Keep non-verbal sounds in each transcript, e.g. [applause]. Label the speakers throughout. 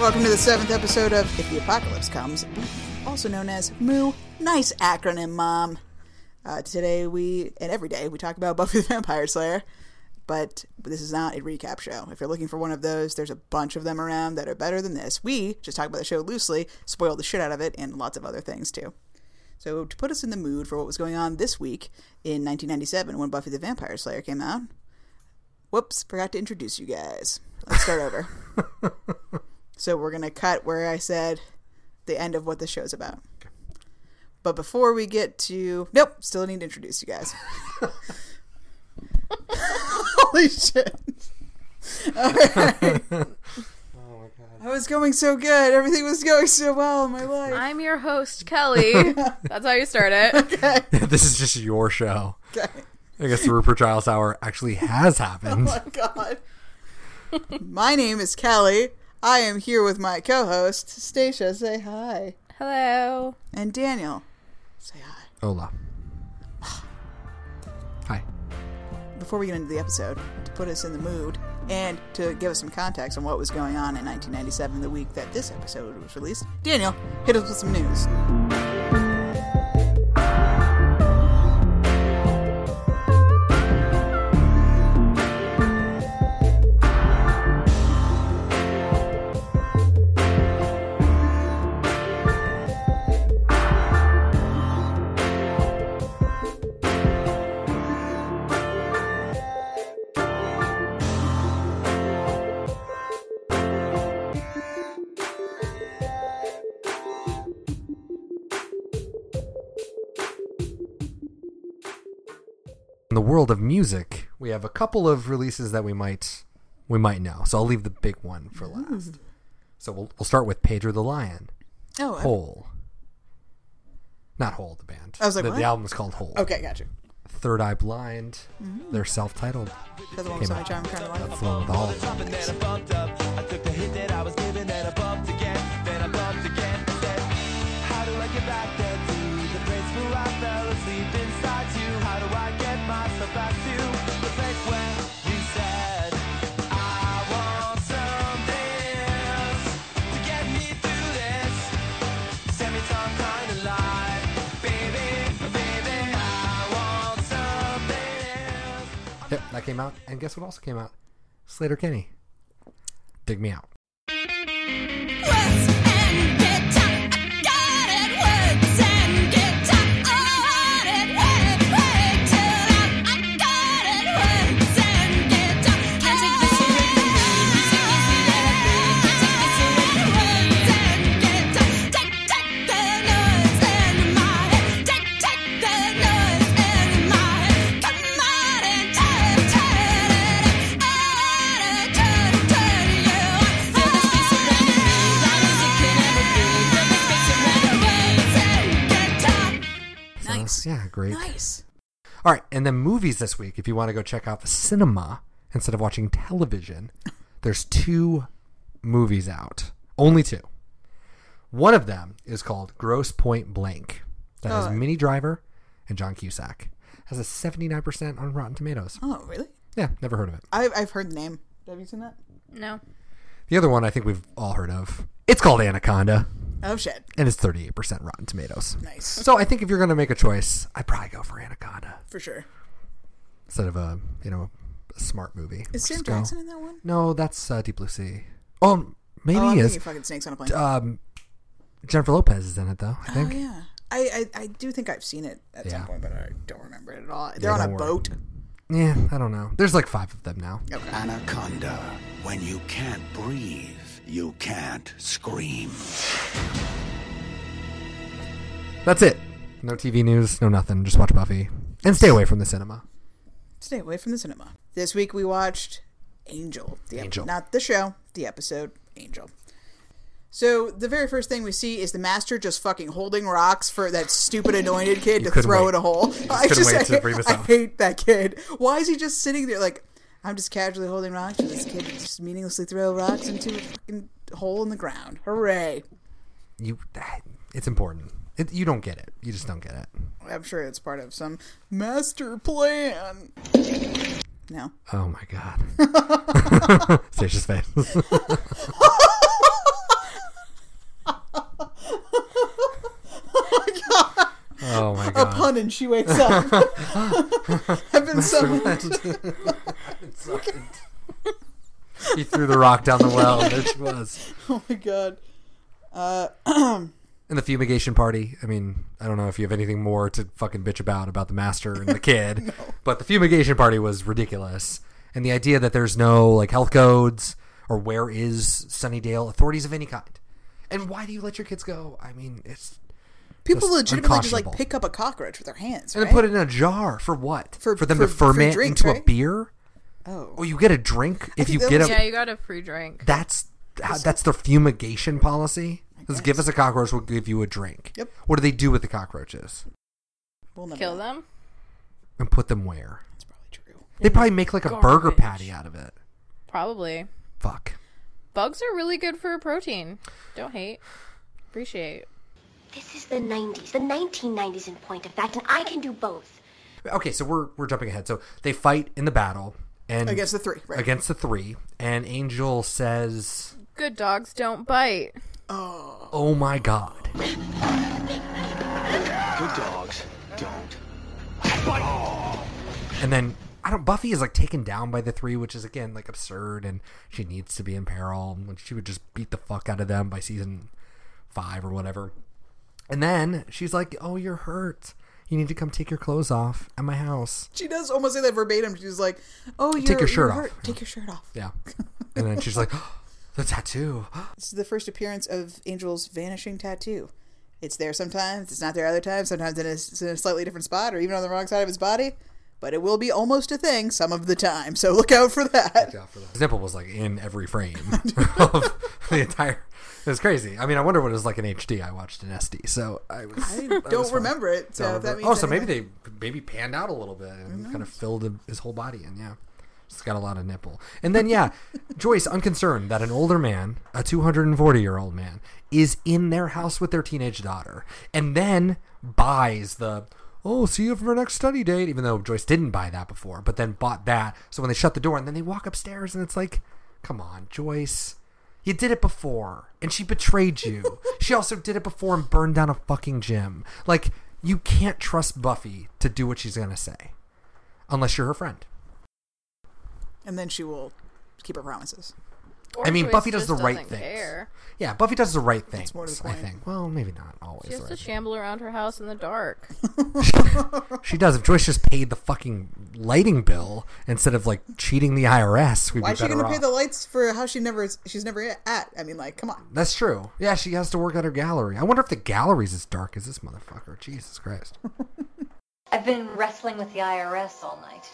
Speaker 1: welcome to the seventh episode of If the Apocalypse Comes, also known as Moo. Nice acronym, Mom. Uh, today we, and every day, we talk about [laughs] Buffy the Vampire Slayer, but this is not a recap show. If you're looking for one of those, there's a bunch of them around that are better than this. We just talk about the show loosely, spoil the shit out of it, and lots of other things too. So, to put us in the mood for what was going on this week in 1997 when Buffy the Vampire Slayer came out, whoops, forgot to introduce you guys. Let's start over. [laughs] So we're going to cut where I said the end of what the show's about. But before we get to. Nope, still need to introduce you guys. [laughs] Holy shit. All [laughs] right.
Speaker 2: Oh my god.
Speaker 1: I was going so good. Everything was going so well in my life.
Speaker 3: I'm your host,
Speaker 2: [laughs]
Speaker 3: Kelly. That's how you start it.
Speaker 2: this is just your show.
Speaker 1: Okay.
Speaker 2: I guess the Rupert Giles Hour actually
Speaker 1: [laughs]
Speaker 2: has happened.
Speaker 1: Oh my god. my name is Kelly. I am here with my co host, Stacia. Say hi.
Speaker 3: Hello.
Speaker 1: And Daniel. Say hi.
Speaker 2: Hola. Hi.
Speaker 1: before we get into the episode, to put us in the mood and to give us some context on what was going on in 1997, the week that this episode was released, Daniel, hit us with some news.
Speaker 2: In the world of music, we have a couple of releases that we might we might know. So I'll leave the big one for
Speaker 1: Hmm.
Speaker 2: last. So we'll we'll start with Pedro the Lion.
Speaker 1: Oh, I-
Speaker 2: Hole. Not Hole, the band.
Speaker 1: I was like,
Speaker 2: the,
Speaker 1: what?
Speaker 2: the album's called Hole.
Speaker 1: okay, Hmm. gotcha.
Speaker 2: Third Eye Blind. They're self-titled.
Speaker 1: That's the one with so much charm, kind of like.
Speaker 2: That's the one with the
Speaker 4: All
Speaker 2: hole.
Speaker 4: the top and then I bumped up. I took the hit that I was given and I bumped again. Then I bumped again. Said, How do I get back there to the place where I fell asleep inside you? How do I get myself back to the place where you said? I want something else to get me through this. Send me some kind of light, baby, baby. I want something else.
Speaker 2: Yep, that came out. And guess what also came out? Slater Kenny. Dig me out.
Speaker 5: Words and guitar, got it. Words and guitar, got it. Work, work till I'm, I got it. Words and guitar, can't take this away from me. So easy that I breathe, can't take this away from me. Words and guitar, take, take the noise in my head, take, take the noise in my head. Come on and turn, turn it up, and turn, turn you on. Feel the space around me, loud as it can ever be. Feel the space around me. Words and guitar.
Speaker 1: Nice.
Speaker 2: So, yeah, great.
Speaker 1: Nice.
Speaker 2: All right, and then movies this week. If you want to go check out the cinema instead of watching
Speaker 1: [laughs]
Speaker 2: television, there's two movies out. Only two. One of them is called Gross Point Blank. That has
Speaker 1: Oh.
Speaker 2: Minnie Driver and John Cusack. Has a 79% on Rotten Tomatoes.
Speaker 1: Oh, really?
Speaker 2: Yeah, never heard of it.
Speaker 1: I've, I've heard the name. Have you seen that?
Speaker 3: No.
Speaker 2: The other one I think we've all heard of. It's called Anaconda,
Speaker 1: Oh, shit.
Speaker 2: and it's 38% Rotten Tomatoes.
Speaker 1: Nice.
Speaker 2: So I think if you're going to make a choice, I'd probably go for Anaconda
Speaker 1: For sure.
Speaker 2: instead of a, you know, a smart movie.
Speaker 1: Is Sam
Speaker 2: Just go-
Speaker 1: Jackson in that one?
Speaker 2: No, that's uh, Deep Blue Sea. Oh, maybe
Speaker 1: oh, I'm
Speaker 2: he
Speaker 1: thinking
Speaker 2: is.
Speaker 1: fucking Snakes on a Plane.
Speaker 2: Um, Jennifer Lopez is in it though. I
Speaker 1: oh,
Speaker 2: think.
Speaker 1: yeah. I, I, I do think I've seen it at some
Speaker 2: Yeah.
Speaker 1: point, but I don't remember it at all. They're on
Speaker 2: don't
Speaker 1: a
Speaker 2: worry.
Speaker 1: boat.
Speaker 2: yeah. I don't know. There's like five of them now.
Speaker 1: Okay.
Speaker 6: Anaconda, when you can't breathe, you can't scream.
Speaker 2: That's it. No TV news. No nothing. Just watch Buffy and stay away from the cinema.
Speaker 1: Stay away from the cinema. This week we watched Angel. The ep-
Speaker 2: Angel.
Speaker 1: not the show, the episode Angel. So the very first thing we see is the master just fucking holding rocks for that stupid anointed kid to
Speaker 2: couldn't
Speaker 1: throw
Speaker 2: wait.
Speaker 1: in a hole. [laughs] I
Speaker 2: couldn't
Speaker 1: just
Speaker 2: wait to
Speaker 1: I,
Speaker 2: bring this
Speaker 1: I
Speaker 2: up.
Speaker 1: hate that kid. Why is he just sitting there like I'm just casually holding rocks and this kid just meaninglessly throw rocks into a fucking hole in the ground. Hooray.
Speaker 2: You. It's important. It, you don't get it. You just don't get it.
Speaker 1: I'm sure it's part of some master plan. No. [laughs]
Speaker 2: Oh my god. Stacia's face. Oh, Uh.
Speaker 1: summoned and she wakes
Speaker 2: [laughs]
Speaker 1: up. [laughs] I've been summoned.
Speaker 2: he threw the rock down the well. and There she was.
Speaker 1: Oh my god.
Speaker 2: And the fumigation party. I mean, I don't know if you have anything more to fucking bitch about about the master and the
Speaker 1: [laughs]
Speaker 2: kid, but the fumigation party was ridiculous. And the idea that there's no like health codes or where is Sunnydale authorities of any kind. And why do you let your kids go? I mean, it's
Speaker 1: People
Speaker 2: Just
Speaker 1: legitimately just like
Speaker 2: unconscionable.
Speaker 1: pick up a cockroach with their hands.
Speaker 2: and
Speaker 1: right?
Speaker 2: then put it in a jar for what?
Speaker 1: For-
Speaker 2: them
Speaker 1: for-
Speaker 2: to
Speaker 1: for
Speaker 2: ferment
Speaker 1: drinks,
Speaker 2: into a
Speaker 1: right?
Speaker 2: beer?
Speaker 1: Oh.
Speaker 2: Well, you get a drink if you
Speaker 1: that
Speaker 2: get
Speaker 1: was-
Speaker 2: a.
Speaker 3: Yeah, you got a free drink.
Speaker 2: That's that's their fumigation policy. Is give us a cockroach, we'll give you a drink.
Speaker 1: Yep.
Speaker 2: What do they do with the cockroaches?
Speaker 1: We'll never
Speaker 3: Kill
Speaker 1: know.
Speaker 3: them.
Speaker 2: And put them where?
Speaker 1: That's probably true.
Speaker 2: They probably make like a burger
Speaker 3: Garbage.
Speaker 2: patty out of it.
Speaker 3: Probably.
Speaker 2: Fuck.
Speaker 3: Bugs are really good for protein. Don't hate. Appreciate.
Speaker 7: This is the 90s, the 1990s in point of fact, and I can do both.
Speaker 2: Okay, so we're we're jumping ahead. So they fight in the battle and
Speaker 1: Against the three, right.
Speaker 2: Against the three, and Angel says,
Speaker 3: Good dogs don't bite.
Speaker 2: "Oh my god."
Speaker 6: Good dogs don't.
Speaker 2: And then I don't. Buffy is like taken down by the three, which is again like absurd, and she needs to be in peril. When she would just beat the fuck out of them by season five or whatever. And then she's like, "Oh, you're hurt. You need to come take your clothes off at my house."
Speaker 1: She does almost say that verbatim. She's like, "Oh, you're,
Speaker 2: your
Speaker 1: you're
Speaker 2: shirt
Speaker 1: hurt.
Speaker 2: off.
Speaker 1: Take your shirt off."
Speaker 2: Yeah. And then she's like, "Oh, "The tattoo." [gasps]
Speaker 1: This is the first appearance of Angel's vanishing tattoo. It's there sometimes. It's not there other times. Sometimes it is- it's in a slightly different spot or even on the wrong side of his body. But it will be almost a thing some of the time. So look out for that.
Speaker 2: His nipple was like in every frame [laughs] of the entire. It was crazy. I mean, I wonder what it was like in HD. I watched in SD, so I was. I was fine.
Speaker 1: remember it, so
Speaker 2: Don't
Speaker 1: if that
Speaker 2: remember-
Speaker 1: means
Speaker 2: oh, so maybe
Speaker 1: anything-
Speaker 2: they maybe panned out a little bit and kind of filled him- his whole body in. Yeah, it's got a lot of nipple. And then
Speaker 1: [laughs]
Speaker 2: yeah, Joyce unconcerned that an older man, a 240 year old man, is in their house with their teenage daughter, and then buys the. Oh, see you for our next study date. Even though Joyce didn't buy that before, but then bought that. So when they shut the door and then they walk upstairs and it's like, come on, Joyce. You did it before, and she
Speaker 1: [laughs]
Speaker 2: betrayed you. she also did it before and burned down a fucking gym. Like, you can't trust Buffy to do what she's gonna say, unless you're her friend.
Speaker 1: And then she will keep her promises.
Speaker 3: Or
Speaker 2: I mean,
Speaker 3: Joyce
Speaker 2: Buffy does
Speaker 3: just
Speaker 2: the right
Speaker 3: doesn't
Speaker 2: things.
Speaker 3: care.
Speaker 2: Yeah, Buffy does the right things.
Speaker 1: more to the
Speaker 2: I
Speaker 1: point.
Speaker 2: think. Well, maybe not always.
Speaker 3: She has
Speaker 2: the
Speaker 3: to
Speaker 2: right
Speaker 3: shamble around her house in the
Speaker 2: [laughs]
Speaker 3: dark.
Speaker 2: thing. she does. If Joyce just paid the fucking lighting bill instead of like cheating the IRS, we'd
Speaker 1: Why
Speaker 2: be
Speaker 1: is she
Speaker 2: better
Speaker 1: going to
Speaker 2: off.
Speaker 1: pay the lights for how she never she's never at? I mean, like, come on.
Speaker 2: That's true. Yeah, she has to work at her gallery. I wonder if the gallery's as dark as this motherfucker. Jesus Christ. [laughs]
Speaker 8: I've been wrestling with the IRS all night.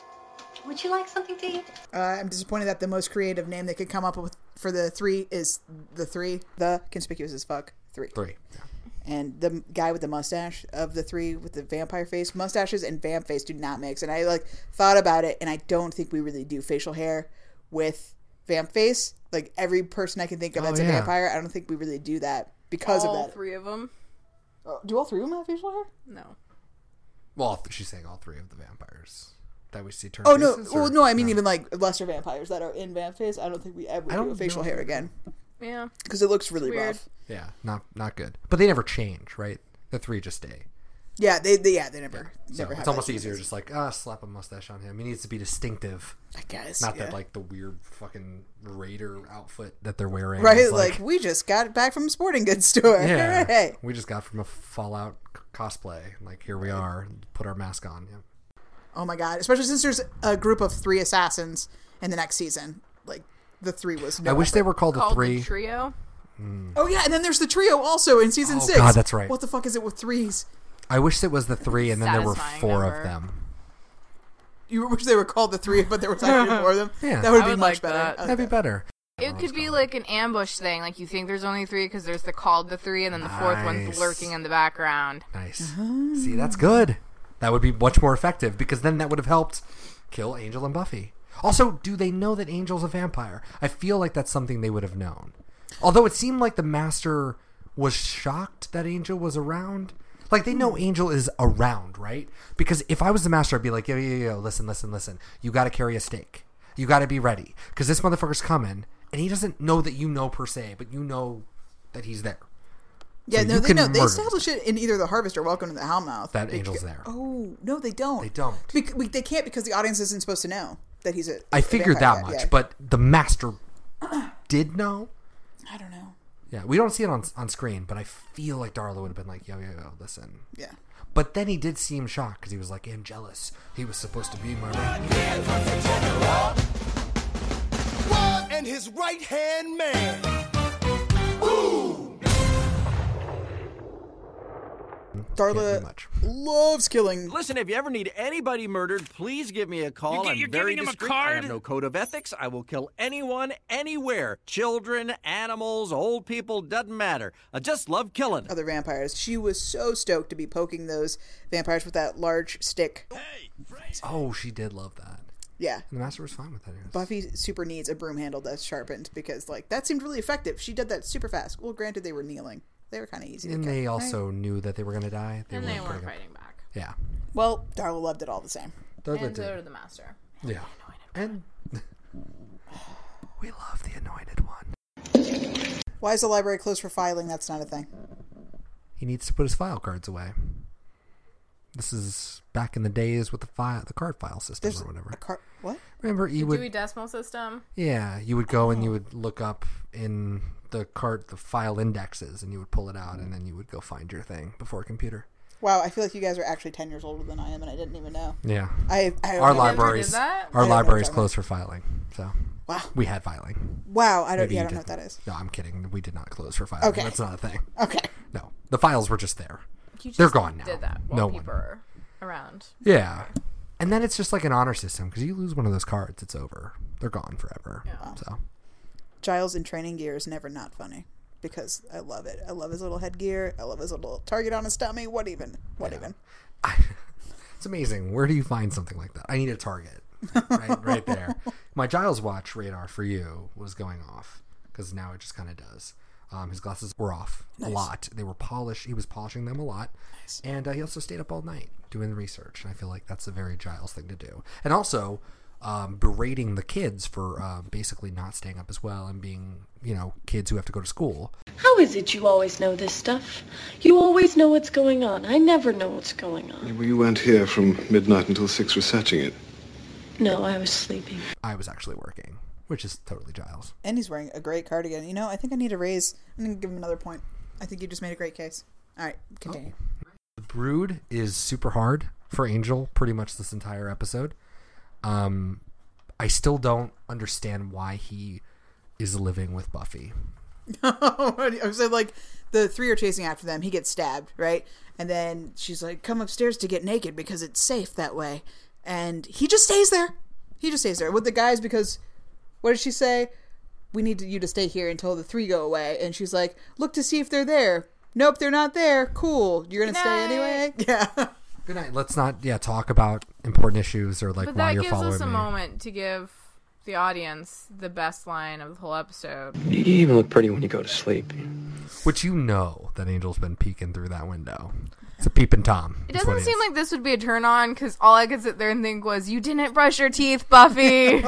Speaker 8: Would you like something to eat?
Speaker 1: Uh, I'm disappointed that the most creative name they could come up with for the three is the three, the conspicuous as fuck three.
Speaker 2: Three. Yeah.
Speaker 1: And the guy with the mustache of the three with the vampire face, mustaches and vamp face do not mix. And I like thought about it, and I don't think we really do facial hair with vamp face. Like every person I can think of that's a
Speaker 2: Oh, yeah.
Speaker 1: vampire, I don't think we really do that because
Speaker 3: All
Speaker 1: of that.
Speaker 3: three of them.
Speaker 1: Oh, Do all three of them have facial hair?
Speaker 3: No.
Speaker 2: Well, she's saying all three of the vampires that we see turn.
Speaker 1: Oh no!
Speaker 2: faces, or-
Speaker 1: Well, no, I mean even like lesser vampires that are in vamp face. I don't think we ever
Speaker 2: don't
Speaker 1: do a facial
Speaker 2: know.
Speaker 1: hair again
Speaker 3: Yeah.
Speaker 1: because it looks really
Speaker 3: Weird.
Speaker 1: rough.
Speaker 2: Yeah, not not good. But they never change, right? The three just stay.
Speaker 1: Yeah, they, they yeah they never
Speaker 2: So
Speaker 1: never. have
Speaker 2: it's
Speaker 1: that
Speaker 2: almost
Speaker 1: change.
Speaker 2: easier, just like ah, slap a mustache on him. He needs to be distinctive,
Speaker 1: I guess
Speaker 2: not
Speaker 1: yeah.
Speaker 2: that like the weird fucking raider outfit that they're
Speaker 1: [laughs]
Speaker 2: wearing.
Speaker 1: right
Speaker 2: It's
Speaker 1: like, [laughs] we just got back from a sporting goods store. [laughs]
Speaker 2: yeah,
Speaker 1: Hooray.
Speaker 2: we just got from a Fallout c- cosplay. Like here we are, put our mask on. Yeah.
Speaker 1: Oh my god! Especially since there's a group of three assassins in the next season. Like the three was. No
Speaker 2: I wish they were called, the
Speaker 3: Called
Speaker 2: three.
Speaker 3: the trio.
Speaker 1: Oh yeah, and then there's the trio also in season
Speaker 2: Oh
Speaker 1: six.
Speaker 2: God, that's right.
Speaker 1: What the fuck is it with threes?
Speaker 2: I wish it was the three, and then there were
Speaker 3: Satisfying
Speaker 2: four
Speaker 3: number.
Speaker 1: [laughs]
Speaker 2: of them.
Speaker 1: You wish they were called the three, but there was actually
Speaker 2: [laughs]
Speaker 1: more of them.
Speaker 2: Yeah.
Speaker 1: that would
Speaker 3: I
Speaker 1: be
Speaker 3: would
Speaker 1: much
Speaker 3: like
Speaker 1: better.
Speaker 3: that.
Speaker 1: I like
Speaker 2: That'd be better.
Speaker 3: It could be like an ambush thing. Like you think there's only three because there's the called the three, and then the fourth
Speaker 2: Nice.
Speaker 3: one's lurking in the background.
Speaker 2: Nice. See, that's good. That would be much more effective because then that would have helped kill Angel and Buffy. Also, do they know that Angel's a vampire? I feel like that's something they would have known. Although it seemed like the master was shocked that Angel was around. Like they know Angel is around, right? Because if I was the master, I'd be like, yo, yo, yo, listen, listen, listen. You got to carry a stake. You got to be ready because this motherfucker's coming, and he doesn't know that you know per se, but you know that he's there.
Speaker 1: Yeah,
Speaker 2: So
Speaker 1: no,
Speaker 2: you
Speaker 1: they
Speaker 2: can
Speaker 1: know they
Speaker 2: murder
Speaker 1: establish it in either the Harvest or Welcome to the Hellmouth.
Speaker 2: that
Speaker 1: Bec-
Speaker 2: angel's there.
Speaker 1: Oh no, they don't.
Speaker 2: They don't.
Speaker 1: Bec- we, they can't because the audience isn't supposed to know that he's a.
Speaker 2: I
Speaker 1: a
Speaker 2: figured that
Speaker 1: vampire
Speaker 2: much,
Speaker 1: yet.
Speaker 2: but the master did know.
Speaker 1: I don't know.
Speaker 2: Yeah, we don't see it on on screen, but I feel like Darla would have been like, "Yo, yo, yo, listen."
Speaker 1: Yeah.
Speaker 2: But then he did seem shocked because he was like, "I'm jealous. He was supposed to be my." Right.
Speaker 4: and his right hand man.
Speaker 2: Pretty
Speaker 1: Darla
Speaker 2: much.
Speaker 1: loves killing.
Speaker 9: Listen, if you ever need anybody murdered, please give me a call.
Speaker 10: You get-
Speaker 9: I'm
Speaker 10: you're
Speaker 9: very
Speaker 10: giving him a
Speaker 9: discreet. I have
Speaker 10: card?
Speaker 9: no code of ethics. I will kill anyone, anywhere. Children, animals, old people, doesn't matter. I just love killing.
Speaker 1: Other vampires. She was so stoked to be poking those vampires with that large stick.
Speaker 2: Oh, she did love that.
Speaker 1: Yeah,
Speaker 2: And the master was fine with that. He was-
Speaker 1: Buffy super needs a broom handle that's sharpened because like that seemed really effective. She did that super fast. Well, granted they were kneeling. They were kind of easy.
Speaker 2: and
Speaker 1: to
Speaker 2: they also knew that they were going to die. They
Speaker 3: And they
Speaker 2: weren't
Speaker 3: weren't
Speaker 2: putting up-
Speaker 3: fighting back.
Speaker 2: Yeah.
Speaker 1: Well, Darla loved it all the same.
Speaker 2: Darla
Speaker 3: And
Speaker 2: did.
Speaker 3: so did the master.
Speaker 2: Yeah. And [laughs] we love the anointed one.
Speaker 1: Why is the library closed for filing? That's not a thing.
Speaker 2: He needs to put his file cards away. This is back in the days with the file, the card file system
Speaker 1: There's
Speaker 2: or whatever.
Speaker 1: a car. What?
Speaker 2: Remember, you would
Speaker 3: Dewey Decimal System.
Speaker 2: yeah, you would go
Speaker 1: Oh.
Speaker 2: and you would look up in the card the file indexes, and you would pull it out, and then you would go find your thing before a computer.
Speaker 1: Wow, I feel like you guys are actually ten years older than I am, and I didn't even know.
Speaker 2: Yeah,
Speaker 1: I, I
Speaker 2: our
Speaker 1: library.
Speaker 2: libraries,
Speaker 3: that? I
Speaker 2: our
Speaker 1: don't know what
Speaker 2: libraries
Speaker 1: that
Speaker 2: closed for filing, so
Speaker 1: Wow.
Speaker 2: we had filing.
Speaker 1: Wow. I don't.
Speaker 2: Maybe
Speaker 1: Yeah, I
Speaker 2: you
Speaker 1: don't know what that
Speaker 2: didn't.
Speaker 1: is.
Speaker 2: No, I'm kidding. We did not close for filing.
Speaker 1: Okay. Oh.
Speaker 2: that's not a thing.
Speaker 1: Okay.
Speaker 2: No, the files were just there.
Speaker 3: You just
Speaker 2: They're gone now.
Speaker 3: Did that while
Speaker 2: No
Speaker 3: people
Speaker 2: one.
Speaker 3: are around.
Speaker 2: Yeah. And then it's just like an honor system because you lose one of those cards, it's over. They're gone forever. So
Speaker 1: Giles in training gear is never not funny because I love it. I love his little headgear. I love his little target on his tummy. What even? What even?
Speaker 2: it's amazing. Where do you find something like that? I need a target right, right there. My Giles watch radar for you was going off because now it just kind of does. Um, his glasses were off a lot. They were polished. He was polishing them a lot. And uh, he also stayed up all night doing research. And I feel like that's a very Giles thing to do. And also um, berating the kids for uh, basically not staying up as well and being, you know, kids who have to go to school.
Speaker 11: How is it you always know this stuff? You always know what's going on. I never know what's going on.
Speaker 10: We went here from midnight until six researching it.
Speaker 11: No, I was sleeping.
Speaker 2: I was actually working, which is totally Giles.
Speaker 1: And he's wearing a great cardigan. You know, I think I need a raise. I'm gonna give him another point. I think you just made a great case. All right,
Speaker 2: Oh.
Speaker 1: continue.
Speaker 2: The brood is super hard for Angel pretty much this entire episode. Um, I still don't understand why he is living with Buffy.
Speaker 1: Oh. so like the three are chasing after them. He gets stabbed, right? And then she's like, "Come upstairs to get naked because it's safe that way." And he just stays there. He just stays there with the guys because what did she say? We need you to stay here until the three go away. And she's like, "Look to see if they're there." Nope, they're not there. Cool. You're gonna stay anyway. [laughs] Yeah.
Speaker 2: Good night. Let's not yeah talk about important issues or like
Speaker 3: But
Speaker 2: why
Speaker 3: that
Speaker 2: you're
Speaker 3: gives
Speaker 2: following
Speaker 3: us a
Speaker 2: me.
Speaker 3: moment to give the audience the best line of the whole episode.
Speaker 10: You even look pretty when you go to sleep.
Speaker 2: Which you know that Angel's been peeking through that window. It's a peeping tom.
Speaker 3: It doesn't seem like this would be a turn on because all I could sit there and think was, "You didn't brush your teeth,
Speaker 2: [laughs]
Speaker 3: Buffy."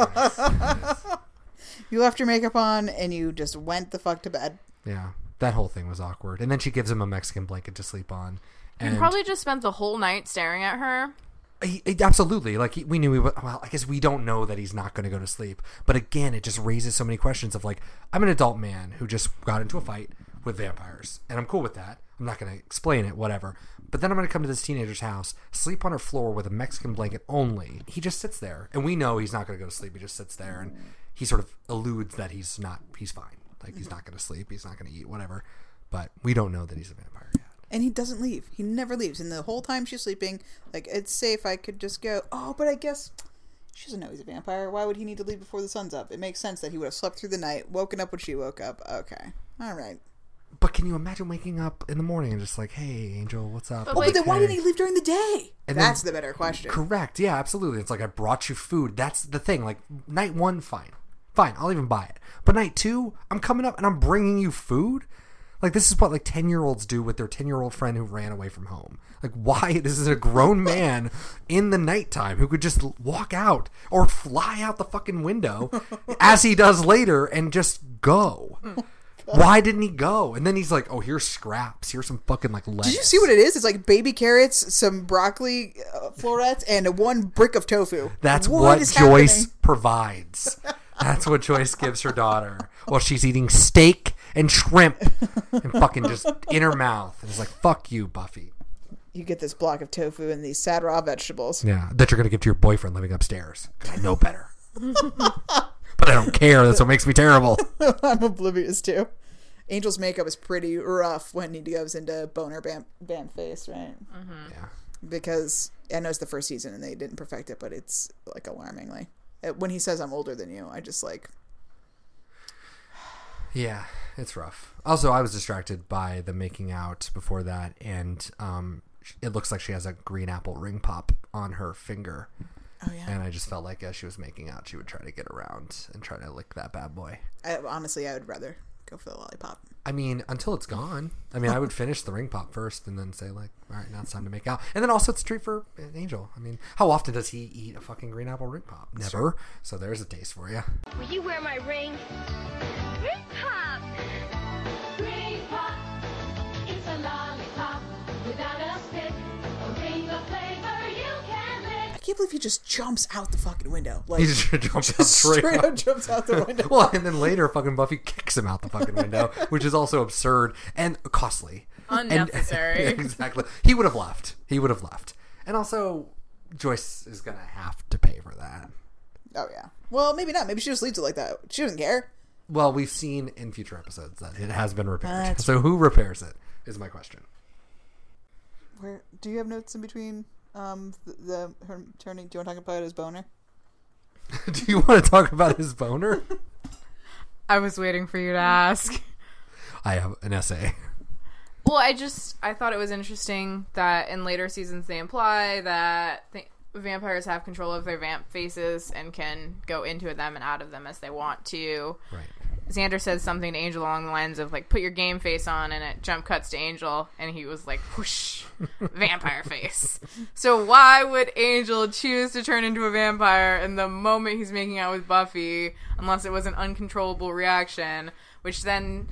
Speaker 1: You left your makeup on and you just went the fuck to bed.
Speaker 2: yeah. That whole thing was awkward. And then she gives him a Mexican blanket to sleep on. And
Speaker 3: You probably just spent the whole night staring at her.
Speaker 2: He, he- absolutely. Like he, we knew he wa Well, I guess we don't know that he's not going to go to sleep. But again, it just raises so many questions of like, I'm an adult man who just got into a fight with vampires, and I'm cool with that. I'm not going to explain it, whatever. But then I'm going to come to this teenager's house, sleep on her floor with a Mexican blanket only. He just sits there, and we know he's not going to go to sleep. He just sits there, and he sort of alludes that he's not. He's fine. Like he's not going to sleep. He's not going to eat. Whatever. But we don't know that he's a vampire yet.
Speaker 1: And he doesn't leave. He never leaves. And the whole time she's sleeping, like, it's safe. I could just go, oh, but I guess she doesn't know he's a vampire. Why would he need to leave before the sun's up? It makes sense that he would have slept through the night, woken up when she woke up. Okay. All right.
Speaker 2: But can you imagine waking up in the morning and just like, hey, Angel, what's up?
Speaker 3: But,
Speaker 1: Oh, but then why
Speaker 2: Okay.
Speaker 1: didn't he leave during the day?
Speaker 2: And then-
Speaker 1: That's the better question.
Speaker 2: Correct. Yeah, absolutely. It's like I brought you food. That's the thing. Like night one, fine, fine. I'll even buy it. But night two, I'm coming up and I'm bringing you food. Like this is what like ten year olds do with their ten year old friend who ran away from home. Like why [laughs] this is a grown man in the nighttime who could just walk out or
Speaker 1: [laughs]
Speaker 2: fly out the fucking window as he does later and just go. Why didn't he go? And then he's like, oh, here's scraps. Here's some fucking like lettuce.
Speaker 1: Did you see what it is? It's like baby carrots, some broccoli uh, florets, and one brick of tofu.
Speaker 2: That's what,
Speaker 1: is
Speaker 2: Joyce
Speaker 1: happening?
Speaker 2: provides. That's what Joyce gives her daughter while she's eating steak and shrimp and fucking just in her mouth. And it's like, fuck you, Buffy.
Speaker 1: You get this block of tofu and these sad raw vegetables.
Speaker 2: Yeah, that you're going to give to your boyfriend living upstairs. 'Cause I know better. [laughs] but I don't care. That's what makes me terrible.
Speaker 1: I'm oblivious to. Angel's makeup is pretty rough when he goes into boner band, band face, right? Mm-hmm.
Speaker 2: Yeah.
Speaker 1: Because I know it's the first season and they didn't perfect it, but it's like alarmingly. Uh, When he says I'm older than you, I just like
Speaker 2: Yeah, it's rough. Also, I was distracted by the making out before that, and um, sh- it looks like she has a green apple ring pop on her finger.
Speaker 1: Oh yeah.
Speaker 2: And I just felt like as she was making out, she would try to get around and try to lick that bad boy.
Speaker 1: I, honestly I would rather go for the lollipop.
Speaker 2: I mean, until it's gone. I mean, I would finish the ring pop first, and then say like, "All right, now it's time to make out." And then also, it's a treat for an angel. I mean, how often does he eat a fucking green apple ring pop? Never. So there's a taste for you.
Speaker 5: Will you wear my ring? Ring pop! Ring pop! It's a lollipop without a stick. A ring of flavor you can lick.
Speaker 1: I can't believe he just jumps out the fucking window. Like
Speaker 2: [laughs]
Speaker 1: [laughs]
Speaker 2: He just jumps out straight
Speaker 1: straight
Speaker 2: up.
Speaker 1: up jumps out
Speaker 2: [laughs]
Speaker 1: the window.
Speaker 2: well, and then later, fucking Buffy kicks him out the
Speaker 1: [laughs]
Speaker 2: fucking window, which is also absurd and costly. And- [laughs]
Speaker 3: Unnecessary.
Speaker 2: exactly. He would have left. He would have left. And also, Joyce is going to have to pay for that.
Speaker 1: Oh yeah. Well, maybe not. Maybe she just leaves it like that. She doesn't care.
Speaker 2: Well, we've seen in future episodes that it has been repaired.
Speaker 1: That's-
Speaker 2: so who repairs it is my question. [laughs]
Speaker 1: Where do you have notes in between? Um, the, the her turning. Do you want to talk about his boner?
Speaker 2: Do you want to talk about his boner?
Speaker 3: I was waiting for you to ask.
Speaker 2: I have an essay.
Speaker 3: Well, I just I thought it was interesting that in later seasons they imply that th- vampires have control of their vamp faces and can go into them and out of them as they want to.
Speaker 2: Right.
Speaker 3: Xander says something to Angel along the lines of like, "Put your game face on," and it jump cuts to Angel, and he was like, "Whoosh, vampire face." So why would Angel choose to turn into a vampire in the moment he's making out with Buffy, unless it was an uncontrollable reaction, which then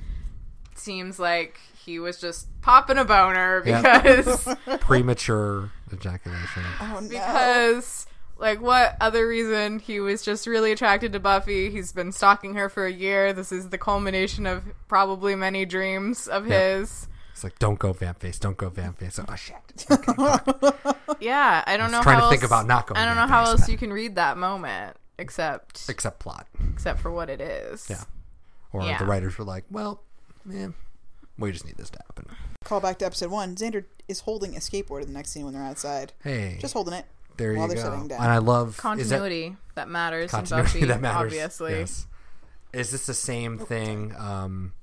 Speaker 3: seems like he was just popping a boner
Speaker 2: Yeah.
Speaker 3: because
Speaker 2: Premature ejaculation.
Speaker 1: Oh.
Speaker 3: because like what other reason he was just really attracted to Buffy. He's been stalking her for a year. This is the culmination of probably many dreams of
Speaker 2: Yeah.
Speaker 3: his.
Speaker 2: It's like, don't go vamp face. Don't go vamp face. Oh, shit.
Speaker 1: [laughs]
Speaker 3: Yeah, I
Speaker 2: was
Speaker 3: don't know
Speaker 2: trying to
Speaker 3: how
Speaker 2: think
Speaker 3: else-
Speaker 2: about not going
Speaker 3: I don't
Speaker 2: that
Speaker 3: know how
Speaker 2: fast,
Speaker 3: else you can read that moment except
Speaker 2: Except plot.
Speaker 3: except for what it is.
Speaker 2: Yeah. Or
Speaker 3: Yeah.
Speaker 2: the writers were like, well, man, we just need this to happen.
Speaker 1: Call back to episode one. Xander is holding a skateboard in the next scene when they're outside.
Speaker 2: Hey.
Speaker 1: just holding it.
Speaker 2: There
Speaker 1: while
Speaker 2: you
Speaker 1: they're
Speaker 2: go.
Speaker 1: sitting
Speaker 2: And
Speaker 1: down.
Speaker 2: I love is that-
Speaker 3: Continuity that, matters in
Speaker 2: continuity [laughs]
Speaker 3: Buffy,
Speaker 2: that matters.
Speaker 3: obviously.
Speaker 2: yes. Is this the same
Speaker 1: Oh,
Speaker 2: thing? Um,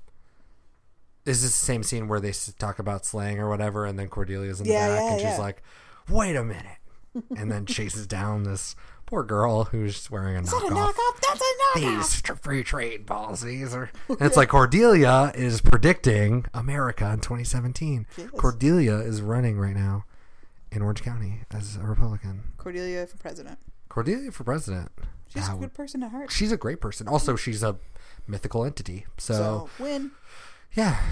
Speaker 2: is this the same scene where they s- talk about slang or whatever, and then Cordelia's in the
Speaker 1: Yeah,
Speaker 2: back
Speaker 1: yeah,
Speaker 2: and she's
Speaker 1: yeah.
Speaker 2: like, "Wait a minute," and then chases down this poor girl who's wearing a
Speaker 1: [laughs] Is that a
Speaker 2: knockoff.
Speaker 1: knockoff? That's a knockoff. [laughs]
Speaker 2: These tr- free trade policies are. And it's like Cordelia is predicting America in 2017. Cordelia is running right now in Orange County as a Republican.
Speaker 1: Cordelia for president.
Speaker 2: Cordelia for president.
Speaker 1: She's
Speaker 2: That
Speaker 1: a
Speaker 2: would-
Speaker 1: good person at heart.
Speaker 2: she's a great person. Also, she's a mythical entity. So,
Speaker 1: So, win.
Speaker 2: yeah,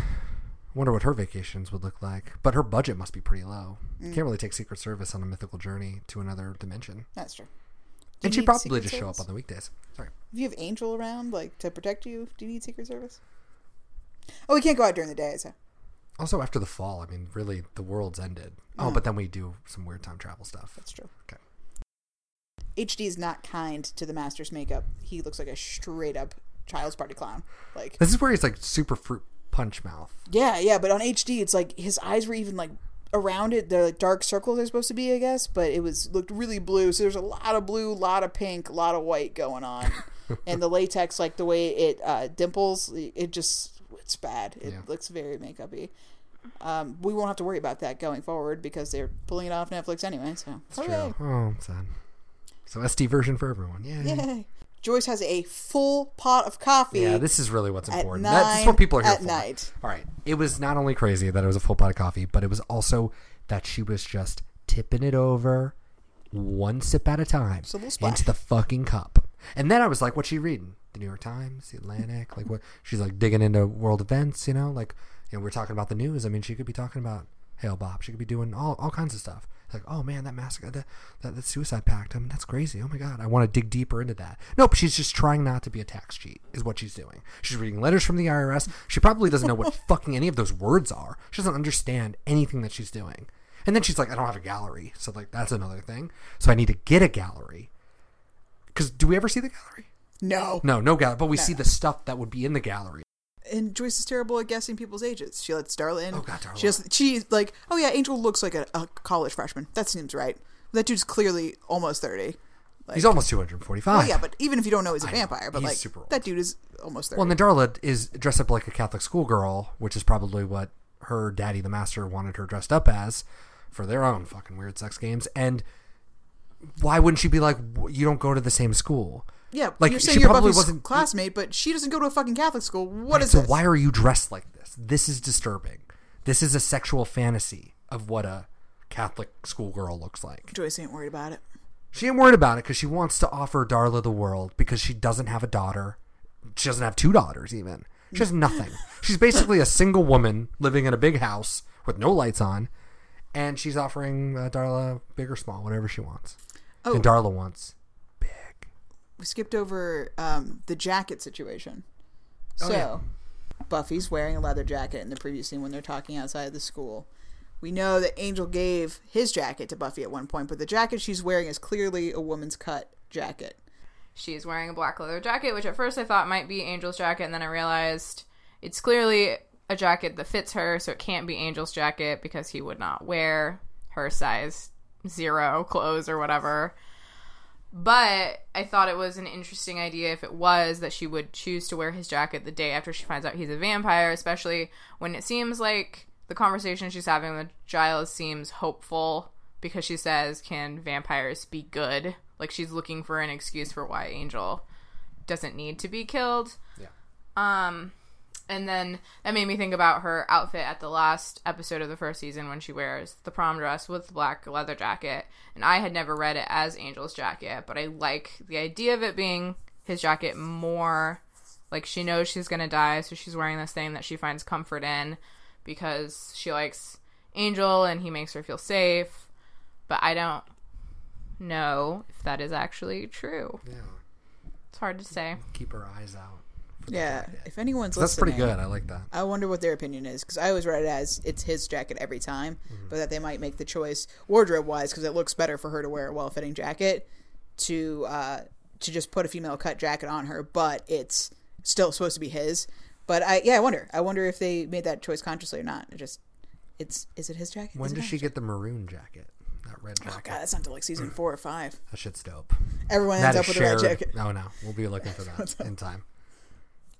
Speaker 2: wonder what her vacations would look like. But her budget must be pretty low. You
Speaker 1: Mm.
Speaker 2: Can't really take Secret Service on a mythical journey to another dimension.
Speaker 1: That's true. Do you
Speaker 2: And she
Speaker 1: need
Speaker 2: probably
Speaker 1: Secret
Speaker 2: just show up
Speaker 1: Service?
Speaker 2: on the weekdays. Sorry.
Speaker 1: If you have Angel around, like to protect you, do you need Secret Service? Oh, we can't go out during the day. So
Speaker 2: Also, after the fall, I mean, really, the world's ended. Oh,
Speaker 1: Mm.
Speaker 2: but then we do some weird time travel stuff.
Speaker 1: that's true.
Speaker 2: Okay.
Speaker 1: HD is not kind to the master's makeup. He looks like a straight up child's party clown. Like
Speaker 2: This is where he's like super fruit punch mouth.
Speaker 1: Yeah, yeah, but on HD, it's like his eyes were even like around it. They're like dark circles they're supposed to be, I guess, but it was looked really blue. So there's a lot of blue, a lot of pink, a lot of white going
Speaker 2: [laughs]
Speaker 1: on, and the latex, like the way it uh, dimples, it just it's bad. It
Speaker 2: Yeah.
Speaker 1: looks very makeupy. Um, we won't have to worry about that going forward because they're pulling it off Netflix anyway. So
Speaker 2: It's true. Oh, I'm sad. So SD version for everyone. Yay. Yeah.
Speaker 1: Yay. [laughs] Joyce has a full pot of coffee.
Speaker 2: this is really what's
Speaker 1: At
Speaker 2: important. That's
Speaker 1: nine
Speaker 2: what people are here
Speaker 1: at
Speaker 2: for.
Speaker 1: night.
Speaker 2: All right. It was not only crazy that it was a full pot of coffee, but it was also that she was just tipping it over one sip at a time
Speaker 1: Just a little splash.
Speaker 2: into the fucking cup. And then I was like, what's she reading? The New York Times, The Atlantic, like what? She's like digging into world events, you know, like you know, we're talking about the news. I mean, she could be talking about Hail Bob. She could be doing all, all kinds of stuff. Like, oh man, that massacre, that, that that suicide pact. I mean, that's crazy. Oh my god, I want to dig deeper into that. Nope, she's just trying not to be a tax cheat, is what she's doing. She's reading letters from the IRS. She probably doesn't know what fucking any of those words are. She doesn't understand anything that she's doing. And then she's like, I don't have a gallery, so like that's another thing. So I need to get a gallery. Because do we ever see the gallery?
Speaker 1: No.
Speaker 2: No, no gallery. But we
Speaker 1: No.
Speaker 2: see the stuff that would be in the gallery.
Speaker 1: And Joyce is terrible at guessing people's ages. She lets Darla in. Oh God, Darla. She just she's like, oh yeah, Angel looks like a, a college freshman. That seems right. That dude's clearly almost thirty. Like-
Speaker 2: He's almost 245.
Speaker 1: Well, yeah, but even if you don't know he's a
Speaker 2: I know.
Speaker 1: vampire, but
Speaker 2: He's
Speaker 1: like
Speaker 2: super old.
Speaker 1: that dude is almost thirty.
Speaker 2: Well, and then Darla is dressed up like a Catholic schoolgirl, which is probably what her daddy, the master, wanted her dressed up as for their own fucking weird sex games. And why wouldn't she be like, "W- you don't go to the same school?
Speaker 1: yeah,
Speaker 2: like,
Speaker 1: you're
Speaker 2: she
Speaker 1: saying you're
Speaker 2: probably
Speaker 1: Buffy's
Speaker 2: wasn't-
Speaker 1: classmate, but she doesn't go to a fucking Catholic school. What
Speaker 2: Right,
Speaker 1: is
Speaker 2: so
Speaker 1: this?
Speaker 2: why are you dressed like this? This is disturbing. This is a sexual fantasy of what a Catholic schoolgirl looks like.
Speaker 1: Joyce ain't worried about it.
Speaker 2: She ain't worried about it because she wants to offer Darla the world because she doesn't have a daughter. She doesn't have two daughters, even. She has nothing. She's basically a single woman living in a big house with no lights on, and she's offering uh, Darla big or small, whatever she wants.
Speaker 1: Oh.
Speaker 2: And Darla wants.
Speaker 1: We skipped over um, the jacket situation.
Speaker 2: Oh,
Speaker 1: So,
Speaker 2: yeah.
Speaker 1: Buffy's wearing a leather jacket in the previous scene when they're talking outside the school. We know that Angel gave his jacket to Buffy at one point, but the jacket she's wearing is clearly a woman's cut jacket.
Speaker 3: She's wearing a black leather jacket, which at first I thought might be Angel's jacket, and then I realized it's clearly a jacket that fits her, so it can't be Angel's jacket because he would not wear her size zero clothes or whatever. But I thought it was an interesting idea if it was that she would choose to wear his jacket the day after she finds out he's a vampire, especially when it seems like the conversation she's having with Giles seems hopeful because she says, Can vampires be good? Like she's looking for an excuse for why Angel doesn't need to be killed.
Speaker 2: Yeah.
Speaker 3: Um, and then that made me think about her outfit at the last episode of the first season when she wears the prom dress with the black leather jacket. And I had never read it as Angel's jacket, but I like the idea of it being his jacket more. Like she knows she's gonna die, so she's wearing this thing that she finds comfort in because she likes Angel and he makes her feel safe. But I don't know if that is actually true.
Speaker 2: Yeah.
Speaker 3: It's hard to say.
Speaker 2: Keep her eyes out.
Speaker 1: Yeah, if anyone's
Speaker 2: That's pretty
Speaker 1: listening-
Speaker 2: good. I like that.
Speaker 1: I wonder what their opinion is because I always read it as it's his jacket every time,
Speaker 2: Mm-hmm.
Speaker 1: but that they might make the choice wardrobe wise because it looks better for her to wear a well fitting jacket to uh, to just put a female cut jacket on her, but it's still supposed to be his. But I yeah, I wonder. I wonder if they made that choice consciously or not. It just it's is it his jacket?
Speaker 2: When
Speaker 1: Is it
Speaker 2: does
Speaker 1: not
Speaker 2: she
Speaker 1: his
Speaker 2: get the maroon jacket? That red jacket.
Speaker 1: jacket? God, that's not until like season four or five.
Speaker 2: That shit's dope.
Speaker 1: Everyone
Speaker 2: That
Speaker 1: ends up
Speaker 2: is
Speaker 1: with a red
Speaker 2: shared- [laughs] Oh,
Speaker 1: jacket.
Speaker 2: No, no, we'll
Speaker 1: [laughs]
Speaker 2: be looking for that in time.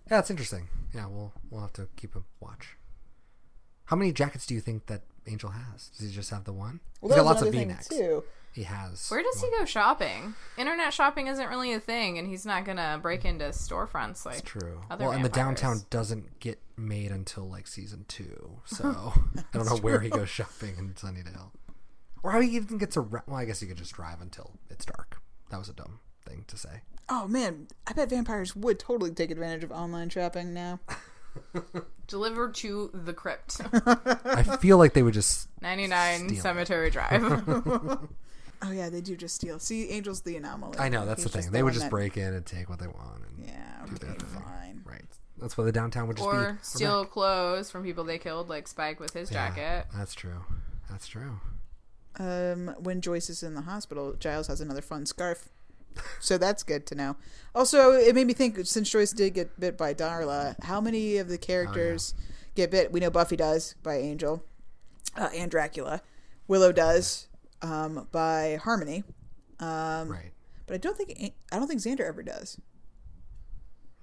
Speaker 2: Yeah, it's interesting. Yeah, we'll we'll have to keep a watch. How many jackets do you think that Angel has? Does he just have the one?
Speaker 3: Well,
Speaker 2: He's
Speaker 3: that was
Speaker 2: got lots of
Speaker 3: another thing,
Speaker 2: V-necks.
Speaker 3: too.
Speaker 2: He has.
Speaker 3: Where does he go shopping? Internet shopping isn't really a thing, and he's not gonna break into storefronts like
Speaker 2: True.
Speaker 3: Other
Speaker 2: Well, and the
Speaker 3: vampires.
Speaker 2: downtown doesn't get made until like season
Speaker 1: [laughs]
Speaker 2: two, so I don't know
Speaker 1: That's
Speaker 2: where he
Speaker 1: true.
Speaker 2: goes shopping in Sunnydale, or how he even gets around. Well, I guess he could just drive until it's dark. That was a dumb thing to say.
Speaker 1: Oh man, I bet vampires would totally take advantage of online shopping now.
Speaker 3: Delivered to the
Speaker 2: [laughs]
Speaker 3: crypt. [laughs]
Speaker 1: [laughs]
Speaker 2: I feel like they would just
Speaker 3: 99
Speaker 2: steal it. [laughs]
Speaker 3: Cemetery Drive.
Speaker 1: Oh yeah, they do just steal. See, Angel's the anomaly.
Speaker 2: I know
Speaker 1: Like,
Speaker 2: that's the
Speaker 1: he's
Speaker 2: thing.
Speaker 1: the
Speaker 2: They would
Speaker 1: one
Speaker 2: just
Speaker 1: that-
Speaker 2: break in and take what they want. And
Speaker 1: yeah,
Speaker 2: do their thing.
Speaker 1: fine.
Speaker 2: Right. That's what the downtown would just be.
Speaker 3: or
Speaker 2: We're
Speaker 3: steal clothes from people they killed, like Spike with his
Speaker 2: Yeah.
Speaker 3: jacket.
Speaker 2: back. Ah, That's true. That's true.
Speaker 1: Um, when Joyce is in the hospital, Giles has another fun scarf,
Speaker 2: [laughs]
Speaker 1: so that's good to know. Also, it made me think since Joyce did get bit by Darla, how many
Speaker 2: Oh,
Speaker 1: of the characters get bit? We know Buffy does by Angel, uh, and Dracula. Willow does um, by Harmony. Um,
Speaker 2: right.
Speaker 1: But I don't think I don't think Xander ever does,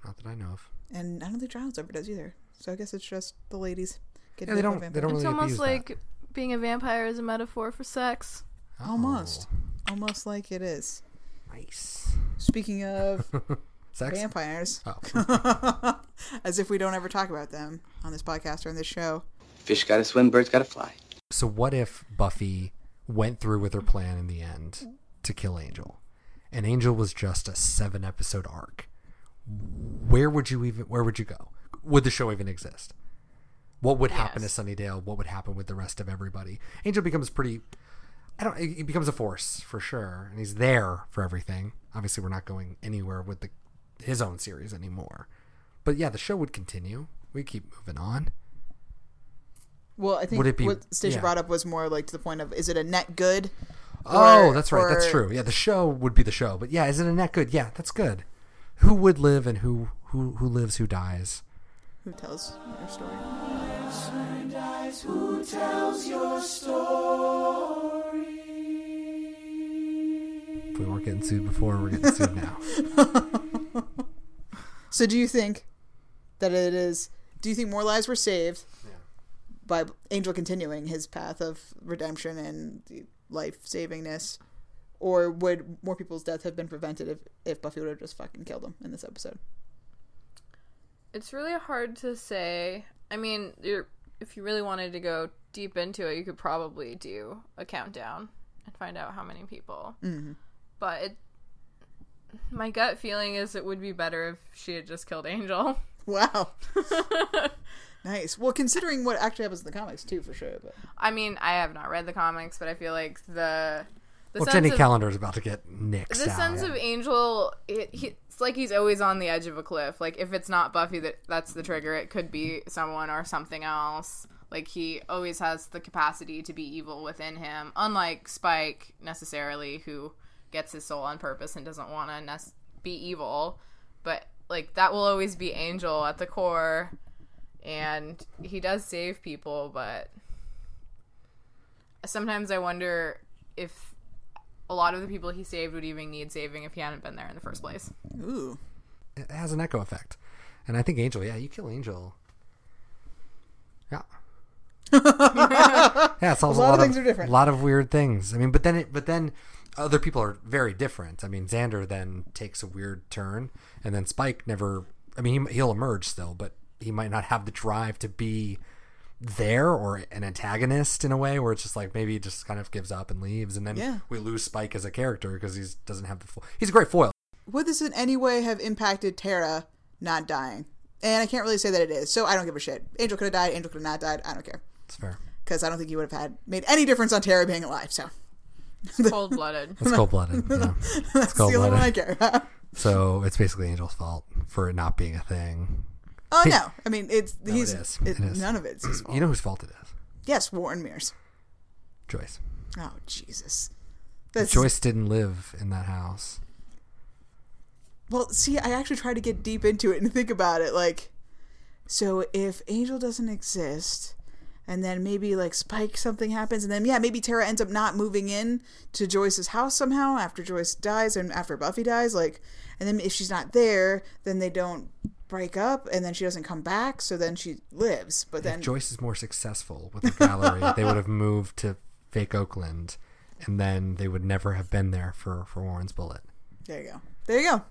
Speaker 2: Not that I know of.
Speaker 1: and I don't think Giles ever does either. So I guess it's just the ladies. Get
Speaker 2: Yeah, they
Speaker 1: bit by
Speaker 2: don't- they don't
Speaker 1: vampires.
Speaker 2: really
Speaker 3: It's almost
Speaker 2: abuse
Speaker 3: like being a vampire is a metaphor for sex.
Speaker 1: Almost. Almost like it is.
Speaker 2: Nice.
Speaker 1: Speaking
Speaker 2: [laughs]
Speaker 1: of
Speaker 2: Sex?
Speaker 1: vampires,
Speaker 2: Oh.
Speaker 1: [laughs] as if we don't ever talk about them on this podcast or in this show.
Speaker 12: Fish gotta swim, birds gotta fly.
Speaker 2: So what if Buffy went through with her plan in the end to kill Angel, and Angel was just a seven episode arc, where would you even where would you go? Would the show even exist? What would happen to Sunnydale? What would happen with the rest of everybody? Angel becomes pretty I don't he becomes a force for sure, and he's there for everything. Obviously we're not going anywhere with the his own series anymore. But yeah, the show would continue. We keep moving on.
Speaker 1: Well, I think
Speaker 2: Would it be-
Speaker 1: what Stacia
Speaker 2: yeah.
Speaker 1: brought up was more like to the point of is it a net good?
Speaker 2: Oh,
Speaker 1: Or-
Speaker 2: that's right. That's
Speaker 1: or-
Speaker 2: true. Yeah, the show would be the show, but yeah, is it a net good? Yeah, that's good. Who would live and who who who lives, who dies?
Speaker 1: Who tells your story?
Speaker 5: Who tells your story?
Speaker 2: If we weren't getting sued before, we're getting sued now.
Speaker 1: So do you think that it is? Do you think more lives were saved by Angel continuing his path of redemption and life savingness, or would more people's deaths have been prevented if, if Buffy would have just fucking killed him in this episode?
Speaker 3: It's really hard to say. I mean, you're, if you really wanted to go deep into it, you could probably do a countdown and find out how many people.
Speaker 5: Mhm.
Speaker 3: But it, my gut feeling is it would be better if she had just killed Angel. [laughs]
Speaker 2: [laughs]
Speaker 1: Wow, nice. Well, considering what actually happens in the comics too, for sure. But
Speaker 3: I mean, I have not read the comics, but I feel like the the
Speaker 2: well,
Speaker 3: sense
Speaker 2: Jenny
Speaker 3: of-
Speaker 2: Calendar is about to get
Speaker 3: The
Speaker 2: nixed out.
Speaker 3: sense of Angel, it, he, it's like he's always on the edge of a cliff. Like if it's not Buffy that that's the trigger, it could be someone or something else. Like he always has the capacity to be evil within him, unlike Spike necessarily, who gets his soul on purpose and doesn't want to nec- be evil. But like that will always be Angel at the core, and he does save people, but sometimes I wonder if a lot of the people he saved would even need saving if he hadn't been there in the first
Speaker 2: [laughs]
Speaker 3: place.
Speaker 1: Ooh.
Speaker 2: it has an echo effect, and I think Angel. Yeah, you kill Angel. Yeah. yeah,
Speaker 1: [laughs]
Speaker 2: it solves a lot, of
Speaker 1: things are different.
Speaker 2: A lot of weird things. I mean, but then it, but then other people are very different. I mean, Xander then takes a weird turn, and then Spike never. I mean, he, he'll emerge still, but he might not have the drive to be there or an antagonist in a way where it's just like maybe he just kind of gives up and leaves, and then
Speaker 1: Yeah.
Speaker 2: we lose Spike as a character because he doesn't have the. Fo- he's a great foil.
Speaker 1: Would this in any way have impacted Tara not dying? And I can't really say that it is, so I don't give a shit. Angel could have died. Angel could have not died. I don't care.
Speaker 2: It's fair.
Speaker 1: because I don't think you would have had made any difference on Terry being alive. So [laughs]
Speaker 3: cold blooded.
Speaker 2: It's cold blooded. Yeah.
Speaker 1: That's
Speaker 2: It's cold
Speaker 1: the only one I
Speaker 2: blooded.
Speaker 1: care about.
Speaker 2: So it's basically Angel's fault for it not being a thing.
Speaker 1: Oh
Speaker 2: [laughs]
Speaker 1: no, I mean it's
Speaker 2: No,
Speaker 1: he's
Speaker 2: it is.
Speaker 1: it-
Speaker 2: It is.
Speaker 1: none of it's his fault.
Speaker 2: You know whose fault it is?
Speaker 1: Yes, Warren Mears.
Speaker 2: Joyce.
Speaker 1: Oh Jesus, that's
Speaker 2: Joyce didn't live in that house.
Speaker 1: Well, see, I actually tried to get deep into it and [laughs] think about it. Like, so if Angel doesn't exist, and then maybe like Spike something happens, and then yeah, maybe Tara ends up not moving in to Joyce's house somehow after Joyce dies and after Buffy dies. Like, and then if she's not there, then they don't break up, and then she doesn't come back. So then she lives, but then
Speaker 2: if Joyce is more successful with the gallery, they would have moved to fake Oakland, and then they would never have been there for for Warren's bullet.
Speaker 1: there you go, there you go.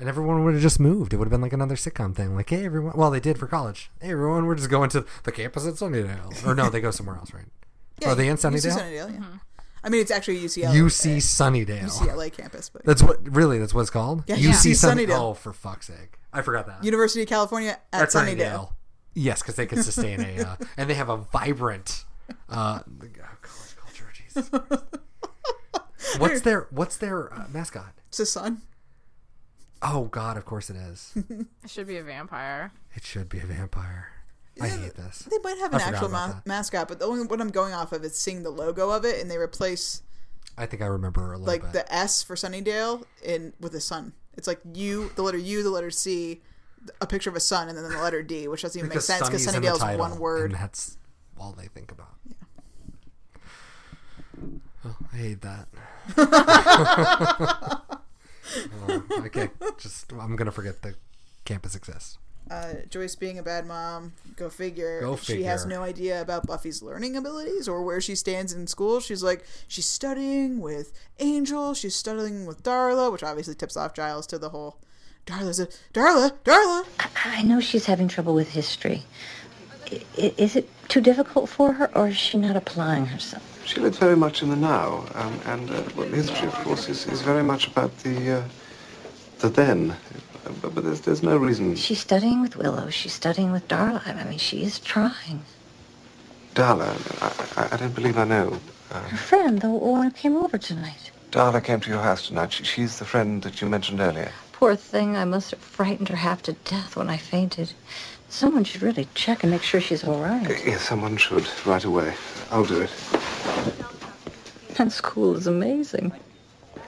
Speaker 2: And everyone would have just moved. It would have been like another sitcom thing. Like, hey, everyone. Well, they did for college. Hey, everyone, we're just going to the campus at Sunnydale. Or no, they go somewhere else, right? Are they in
Speaker 1: UC
Speaker 2: Sunnydale?
Speaker 1: Sunnydale, yeah. I mean, it's actually UCLA. uh,
Speaker 2: UC Sunnydale.
Speaker 1: UCLA campus, but
Speaker 2: That's what really that's what it's called.
Speaker 1: Yeah,
Speaker 2: UC
Speaker 1: UC
Speaker 2: Sunny-
Speaker 1: Sunnydale.
Speaker 2: Oh, for fuck's sake! I forgot that.
Speaker 1: University of California at
Speaker 2: That's
Speaker 1: Sunnydale.
Speaker 2: Yes, because they can sustain a uh, and they have a vibrant. Uh, college culture.
Speaker 1: [laughs]
Speaker 2: Jesus. Christ. What's their What's their uh, mascot?
Speaker 1: It's a sun.
Speaker 2: Oh God! Of course it is.
Speaker 3: It should be a vampire.
Speaker 2: It should be a vampire. I hate this.
Speaker 1: They might have
Speaker 2: I
Speaker 1: an
Speaker 2: forgot
Speaker 1: actual
Speaker 2: about
Speaker 1: ma-
Speaker 2: that.
Speaker 1: mascot, but the only what I'm going off of is seeing the logo of it, and they replace
Speaker 2: I think I remember a little
Speaker 1: like
Speaker 2: bit.
Speaker 1: the S for Sunnydale in with a sun. It's like U, the letter U, the letter C, a picture of a sun, and then the letter D, which doesn't even make
Speaker 2: Because
Speaker 1: sense because
Speaker 2: Sunny's in the
Speaker 1: Sunnydale's
Speaker 2: title,
Speaker 1: one word.
Speaker 2: And that's all they think about. Oh, I hate
Speaker 1: [laughs]
Speaker 2: that. oh, okay, just I'm gonna forget the campus exists.
Speaker 1: Uh, Joyce being a bad mom, go figure.
Speaker 2: Go
Speaker 1: She has
Speaker 2: figure.
Speaker 1: no idea about Buffy's learning abilities or where she stands in school. She's like, she's studying with Angel, she's studying with Darla, which obviously tips off Giles to the whole Darla's a Darla, Darla.
Speaker 13: I know she's having trouble with history. I- i- Is it too difficult for her, or is she not applying herself?
Speaker 10: She lives very much in the now, um, and uh, well, history, of course, is, is very much about the uh, the then. Uh, But, but there's, there's no reason.
Speaker 13: She's studying with Willow. She's studying with Darla. I mean, she is trying.
Speaker 10: Darla, I, I, I don't believe I know. Uh,
Speaker 13: Her friend, the one who came over tonight.
Speaker 10: Darla came to your house tonight. She, she's the friend that you mentioned earlier.
Speaker 13: Poor thing, I must have frightened her half to death when I fainted. Someone should really check and make sure she's all right.
Speaker 10: Yes, someone should, right away. I'll do it.
Speaker 13: That school is amazing.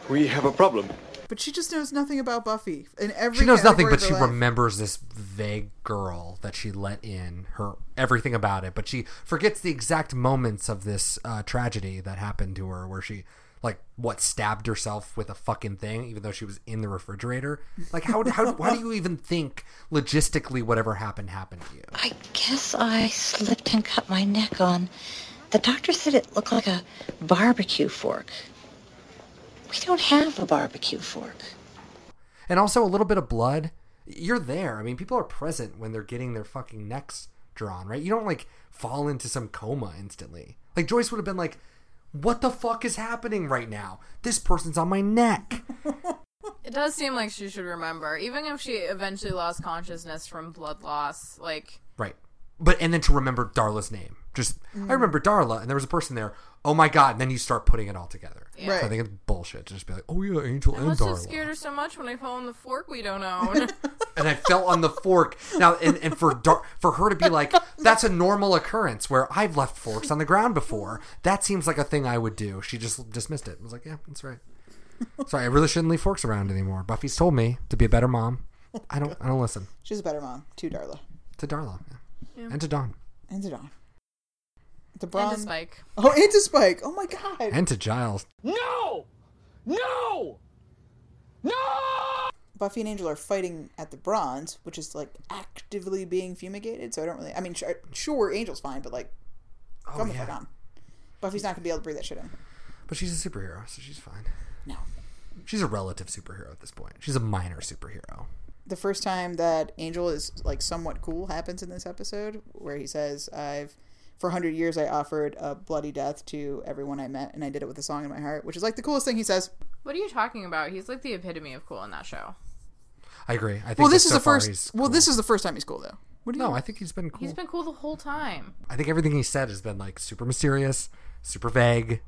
Speaker 10: We have a problem.
Speaker 1: But she just knows nothing about Buffy. In every
Speaker 2: She knows nothing,
Speaker 1: category
Speaker 2: but
Speaker 1: of
Speaker 2: she
Speaker 1: her life.
Speaker 2: remembers this vague girl that she let in her everything about it. But she forgets the exact moments of this uh, tragedy that happened to her, where she like what stabbed herself with a fucking thing, even though she was in the refrigerator. Like how how how do you even think logistically whatever happened happened to you?
Speaker 13: I guess I slipped and cut my neck on. The doctor said it looked like a barbecue fork. We don't have a barbecue fork.
Speaker 2: and also a little bit of blood. You're there. I mean, people are present when they're getting their fucking necks drawn, right? You don't like fall into some coma instantly. Like Joyce would have been like, "What the fuck is happening right now? This person's on my neck." [laughs]
Speaker 3: It does seem like she should remember, even if she eventually lost consciousness from blood loss. Like,
Speaker 2: Right. But and then to remember Darla's name. Just
Speaker 3: Mm.
Speaker 2: I remember Darla, and there was a person there. Oh my god! And then you start putting it all together.
Speaker 3: Yeah. Right.
Speaker 2: So I think it's bullshit to just be like, "Oh yeah, Angel
Speaker 3: I
Speaker 2: and
Speaker 3: must have
Speaker 2: Darla."
Speaker 3: scared her so much when I fell on the fork we
Speaker 2: [laughs]
Speaker 3: don't own.
Speaker 2: and I fell on the fork. Now, and, and for Dar- for her to be like, that's a normal occurrence where I've left forks on the ground before. That seems like a thing I would do. She just dismissed it. I was like, yeah, that's right. Sorry, I really shouldn't leave forks around anymore. Buffy's told me to be a better mom. I don't. I don't listen
Speaker 1: She's a better mom to Darla
Speaker 2: to Darla and to Dawn
Speaker 1: and to Dawn. The
Speaker 3: and
Speaker 1: Bron.
Speaker 3: a spike.
Speaker 1: Oh, and to Spike. Oh my god.
Speaker 2: and to Giles.
Speaker 1: No! No! No! Buffy and Angel are fighting at the bronze, which is like actively being fumigated. So I don't really. I mean, sure, sure Angel's fine, but like,
Speaker 2: Oh,
Speaker 1: come the fuck on. Buffy's not gonna be able to breathe that shit in.
Speaker 2: But she's a superhero, so she's fine.
Speaker 1: No.
Speaker 2: She's a relative superhero at this point. She's a minor superhero.
Speaker 1: The first time that Angel is like somewhat cool happens in this episode, where he says, "I've for a hundred years I offered a bloody death to everyone I met, and I did it with a song in my heart," which is like the coolest thing he says.
Speaker 3: What are you talking about? He's like the epitome of cool in that show.
Speaker 2: I agree. I think.
Speaker 1: Well, this
Speaker 2: that
Speaker 1: is
Speaker 2: so
Speaker 1: the
Speaker 2: far
Speaker 1: first.
Speaker 2: he's
Speaker 1: Well, this is the first time he's cool though. What do you?
Speaker 2: No, I think he's been cool.
Speaker 3: He's been cool the whole time.
Speaker 2: I think everything he said has been like super mysterious, super vague,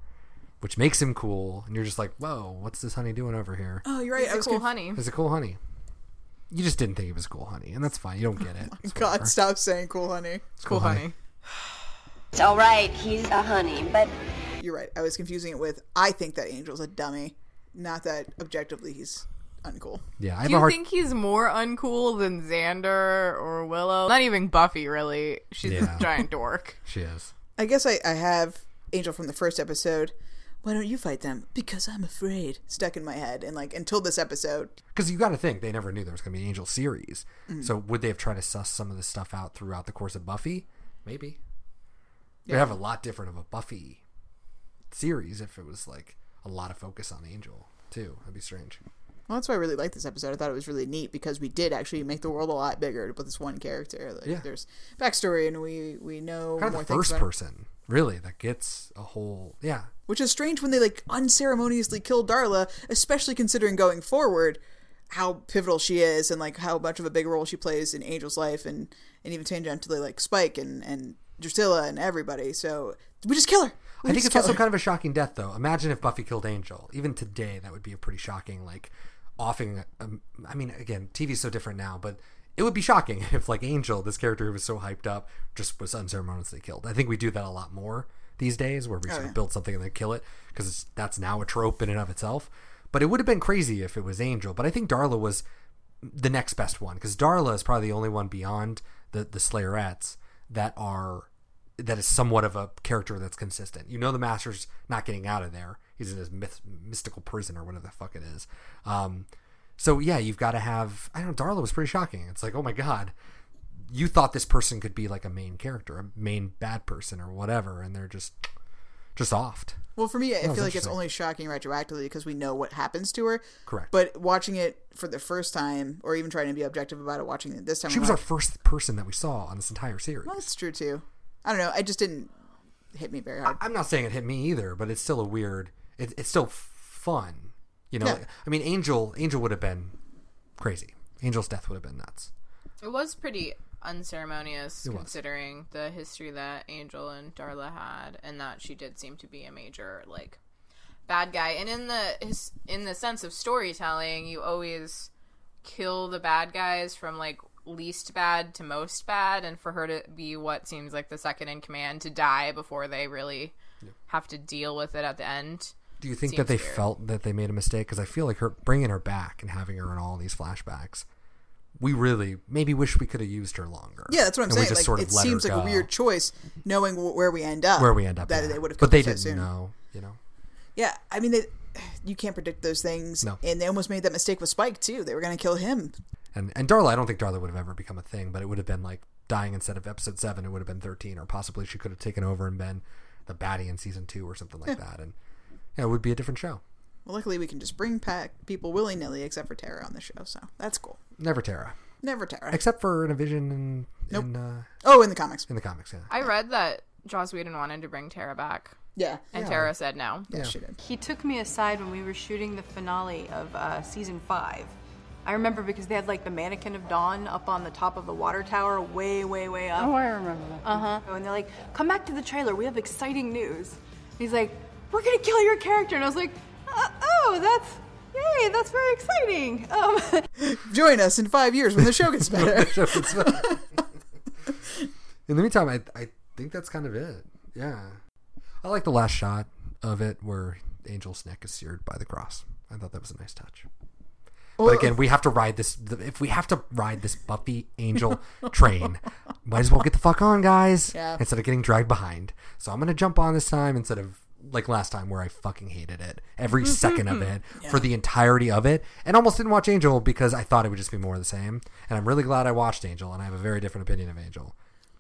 Speaker 2: which makes him cool. And you're just like, whoa, what's this honey doing over here?
Speaker 1: Oh, you're right.
Speaker 3: He's
Speaker 1: I
Speaker 3: a
Speaker 1: was
Speaker 3: cool
Speaker 1: conf-
Speaker 3: honey.
Speaker 2: He's a cool honey. You just didn't think he was cool honey, and that's fine. You don't get it. It's
Speaker 1: God,
Speaker 2: whatever.
Speaker 1: stop saying cool honey.
Speaker 2: It's cool, honey.
Speaker 7: It's all right, he's a honey, but
Speaker 1: You're right. I was confusing it with I think that Angel's a dummy. Not that objectively he's uncool.
Speaker 2: Yeah, I
Speaker 3: Do
Speaker 2: have
Speaker 3: you
Speaker 2: a hard.
Speaker 3: think he's more uncool than Xander or Willow? Not even Buffy, really. She's
Speaker 2: Yeah.
Speaker 3: a giant dork.
Speaker 2: She is.
Speaker 1: I guess I, I have Angel from the first episode. Why don't you fight them? Because I'm afraid. Stuck in my head. And like until this episode.
Speaker 2: Because you got to think they never knew there was going to be an Angel series.
Speaker 1: Mm.
Speaker 2: So would they have tried to suss some of this stuff out throughout the course of Buffy? Maybe. They'd have a lot different of a Buffy series if it was like a lot of focus on Angel too. That'd be strange.
Speaker 1: Well, that's why I really liked this episode. I thought it was really neat because we did actually make the world a lot bigger with this one character. Like,
Speaker 2: Yeah.
Speaker 1: There's backstory and we, we know
Speaker 2: Kind of
Speaker 1: more
Speaker 2: the
Speaker 1: things
Speaker 2: first
Speaker 1: about-
Speaker 2: person really that gets a whole yeah
Speaker 1: Which is strange when they like unceremoniously kill Darla, especially considering going forward how pivotal she is and like how much of a big role she plays in Angel's life and and even change on to like Spike and and Drusilla and everybody. So we just kill her. We
Speaker 2: I think
Speaker 1: just
Speaker 2: it's
Speaker 1: kill
Speaker 2: also
Speaker 1: her.
Speaker 2: kind of a shocking death, though. Imagine if Buffy killed Angel. Even today, that would be a pretty shocking, like, offing. Um, I mean, again, TV's so different now, but it would be shocking [laughs] if, like, Angel, this character who was so hyped up, just was unceremoniously killed. I think we do that a lot more these days, where we
Speaker 14: Oh,
Speaker 2: sort
Speaker 14: yeah.
Speaker 2: of build something and then kill it, because that's now a trope in and of itself. But it would have been crazy if it was Angel. But I think Darla was the next best one because Darla is probably the only one beyond the the Slayerettes that are that is somewhat of a character that's consistent. You know, the Master's not getting out of there. He's in his myth, mystical prison or whatever the fuck it is. Um, so yeah, you've got to have. I don't. know, Darla was pretty shocking. It's like, oh my god, you thought this person could be like a main character, a main bad person or whatever, and they're just just offed.
Speaker 1: Well, for me, I
Speaker 2: That was
Speaker 1: feel like it's
Speaker 2: interesting.
Speaker 1: only shocking retroactively because we know what happens to her.
Speaker 2: Correct.
Speaker 1: But watching it for the first time, or even trying to be objective about it, watching it this time,
Speaker 2: She
Speaker 1: I'm
Speaker 2: was our
Speaker 1: like,
Speaker 2: first person that we saw on this entire series.
Speaker 1: Well, that's true too. I don't know. I just didn't hit me very hard.
Speaker 2: I'm not saying it hit me either, but it's still a weird. It, it's still fun, you know.
Speaker 1: Yeah.
Speaker 2: I mean, Angel Angel would have been crazy. Angel's death would have been nuts.
Speaker 3: It was pretty unceremonious
Speaker 2: It was.
Speaker 3: considering the history that Angel and Darla had, and that she did seem to be a major like bad guy. And in the his, in the sense of storytelling, you always kill the bad guys from like least bad to most bad, and for her to be what seems like the second in command to die before they really have to deal with it at the end.
Speaker 2: Do you think
Speaker 3: seems
Speaker 2: that they
Speaker 3: weird.
Speaker 2: felt that they made a mistake? Because I feel like her bringing her back and having her in all these flashbacks, we really maybe wish we could have used her longer.
Speaker 1: Yeah, that's what I'm
Speaker 2: And we
Speaker 1: saying.
Speaker 2: just
Speaker 1: Like,
Speaker 2: sort of
Speaker 1: it
Speaker 2: let her
Speaker 1: seems like a
Speaker 2: go
Speaker 1: weird choice, knowing wh- where we end up.
Speaker 2: where we end up.
Speaker 1: That
Speaker 2: at.
Speaker 1: they would have,
Speaker 2: but they
Speaker 1: come so soon.
Speaker 2: didn't know. You know,
Speaker 1: Yeah, I mean, they, you can't predict those things,
Speaker 2: No.
Speaker 1: and they almost made that mistake with Spike too. They were going to kill him.
Speaker 2: and and Darla, I don't think Darla would have ever become a thing, but it would have been like dying instead of episode seven, it would have been thirteen, or possibly she could have taken over and been the baddie in season two or something like
Speaker 1: Yeah.
Speaker 2: that, and yeah, it would be a different show.
Speaker 1: Well, luckily we can just bring back people willy nilly, except for Tara on the show, so that's cool.
Speaker 2: Never Tara,
Speaker 1: Never Tara,
Speaker 2: except for in a vision and
Speaker 1: Nope.
Speaker 2: in, uh,
Speaker 1: oh, in the comics,
Speaker 2: in the comics, yeah.
Speaker 3: I read that Joss Whedon wanted to bring Tara back.
Speaker 1: Yeah.
Speaker 3: And
Speaker 2: Yeah.
Speaker 3: Tara said no.
Speaker 2: Yeah, Yeah. she did.
Speaker 14: He took me aside when we were shooting the finale of uh, season five. I remember because they had like the mannequin of Dawn up on the top of the water tower, way, way, way up.
Speaker 15: Oh, I remember that.
Speaker 14: Uh huh. And they're like, "Come back to the trailer. We have exciting news." And he's like, "We're gonna kill your character," and I was like, uh, "Oh, that's yay! That's very exciting." Um,
Speaker 1: Join us in five years when the show
Speaker 2: [laughs]
Speaker 1: gets better.
Speaker 2: In the meantime, I I think that's kind of it. Yeah, I like the last shot of it where Angel's neck is seared by the cross. I thought that was a nice touch.
Speaker 1: Well-
Speaker 2: but again, we have to ride this. If we have to ride this Buffy
Speaker 1: [laughs]
Speaker 2: Angel train, might as well get the fuck on, guys.
Speaker 1: Yeah.
Speaker 2: Instead of getting dragged behind, so I'm gonna jump on this time instead of like last time where I fucking hated it
Speaker 1: [laughs]
Speaker 2: every second of it for the entirety of it, and almost didn't watch Angel because I thought it would just be more of the same. And I'm really glad I watched Angel, and I have a very different opinion of Angel,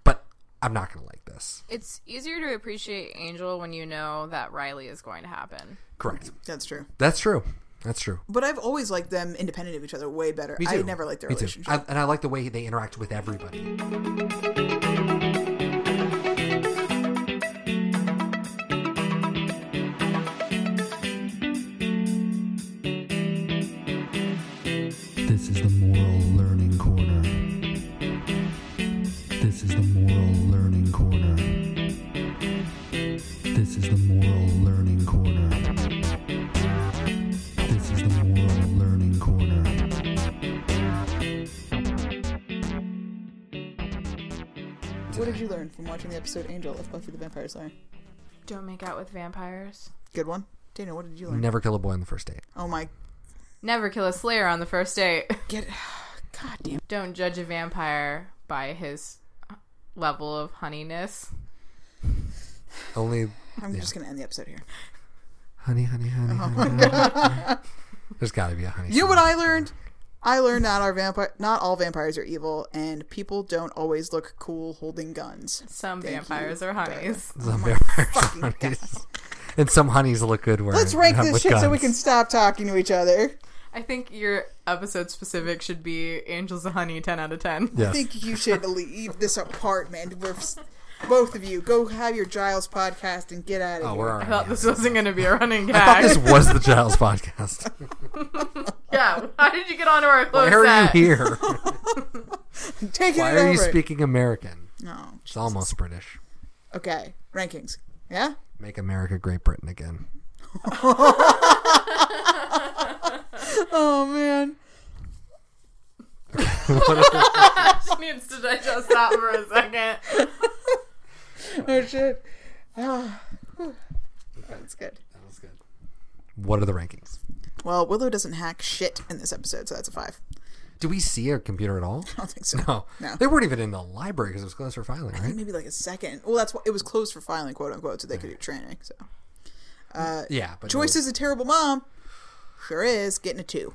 Speaker 2: but I'm not gonna like this.
Speaker 3: It's easier to appreciate Angel when you know that Riley is going to happen.
Speaker 2: Correct.
Speaker 1: That's true.
Speaker 2: That's true. That's true.
Speaker 1: But I've always liked them independent of each other way better.
Speaker 2: Me
Speaker 1: I
Speaker 2: too.
Speaker 1: never liked their
Speaker 2: Me too.
Speaker 1: relationship.
Speaker 2: I- and I like the way they interact with everybody.
Speaker 16: This is the Moral Learning Corner. This is the Moral Learning Corner. This is the Moral Learning Corner. This is the Moral Learning Corner.
Speaker 1: What did you learn from watching the episode Angel of Buffy the Vampire Slayer?
Speaker 3: Don't make out with vampires.
Speaker 1: Good one. Dana, what did you learn?
Speaker 2: Never kill a boy on the first date.
Speaker 1: Oh my.
Speaker 3: Never kill a slayer on the first date. [laughs]
Speaker 1: Get God damn.
Speaker 3: Don't judge a vampire by his level of honeyness.
Speaker 2: Only
Speaker 1: I'm
Speaker 2: yeah.
Speaker 1: just going to end the episode here.
Speaker 2: honey, honey, honey.
Speaker 1: Oh my
Speaker 2: honey,
Speaker 1: God.
Speaker 2: There's got to be a honey.
Speaker 1: You know what I learned? I learned not our vampire, not all vampires are evil, and people don't always look cool holding
Speaker 2: [laughs]
Speaker 1: guns.
Speaker 3: Some
Speaker 1: Thank
Speaker 3: vampires
Speaker 1: you,
Speaker 3: are honeys.
Speaker 1: Dana.
Speaker 2: Some
Speaker 1: my
Speaker 2: vampires are
Speaker 1: fucking God.
Speaker 2: [laughs] honeys. And some honeys look good wearing.
Speaker 1: Let's rank
Speaker 2: with
Speaker 1: this shit so we
Speaker 2: guns.
Speaker 1: can stop talking to each other.
Speaker 3: I think your episode specific should be Angels of Honey 10 out of 10.
Speaker 1: I think you should leave this apartment. We're s- both of you go have your Giles podcast and get out of
Speaker 2: Oh,
Speaker 1: here.
Speaker 2: we're already
Speaker 3: I thought this wasn't going to be a running gag.
Speaker 2: I thought [laughs] this was the Giles podcast.
Speaker 3: [laughs] yeah, how did you get onto our close
Speaker 2: Why are you
Speaker 1: [laughs]
Speaker 3: set?
Speaker 2: here?
Speaker 1: Taking
Speaker 2: Why
Speaker 1: it
Speaker 2: are you
Speaker 1: over.
Speaker 2: speaking American?
Speaker 1: No,
Speaker 2: It's almost British.
Speaker 1: Okay, rankings. Yeah.
Speaker 2: Make America Great Britain again.
Speaker 1: [laughs] oh man.
Speaker 3: she needs to digest that for a second.
Speaker 1: Oh shit. Ah, whew. That's good.
Speaker 2: That was good. [laughs] What are the rankings?
Speaker 1: Well, Willow doesn't hack shit in this episode, so that's a five.
Speaker 2: Do we see a computer at all? I
Speaker 1: don't think so.
Speaker 2: [laughs] No.
Speaker 1: No.
Speaker 2: They weren't even in the library because it was closed for filing,
Speaker 1: I think
Speaker 2: right?
Speaker 1: maybe like a second. Well, that's why it was closed for filing, quote unquote, so they could do training. So, uh,
Speaker 2: Yeah, but
Speaker 1: Joyce
Speaker 2: no-
Speaker 1: is a terrible mom. Sure is getting a two.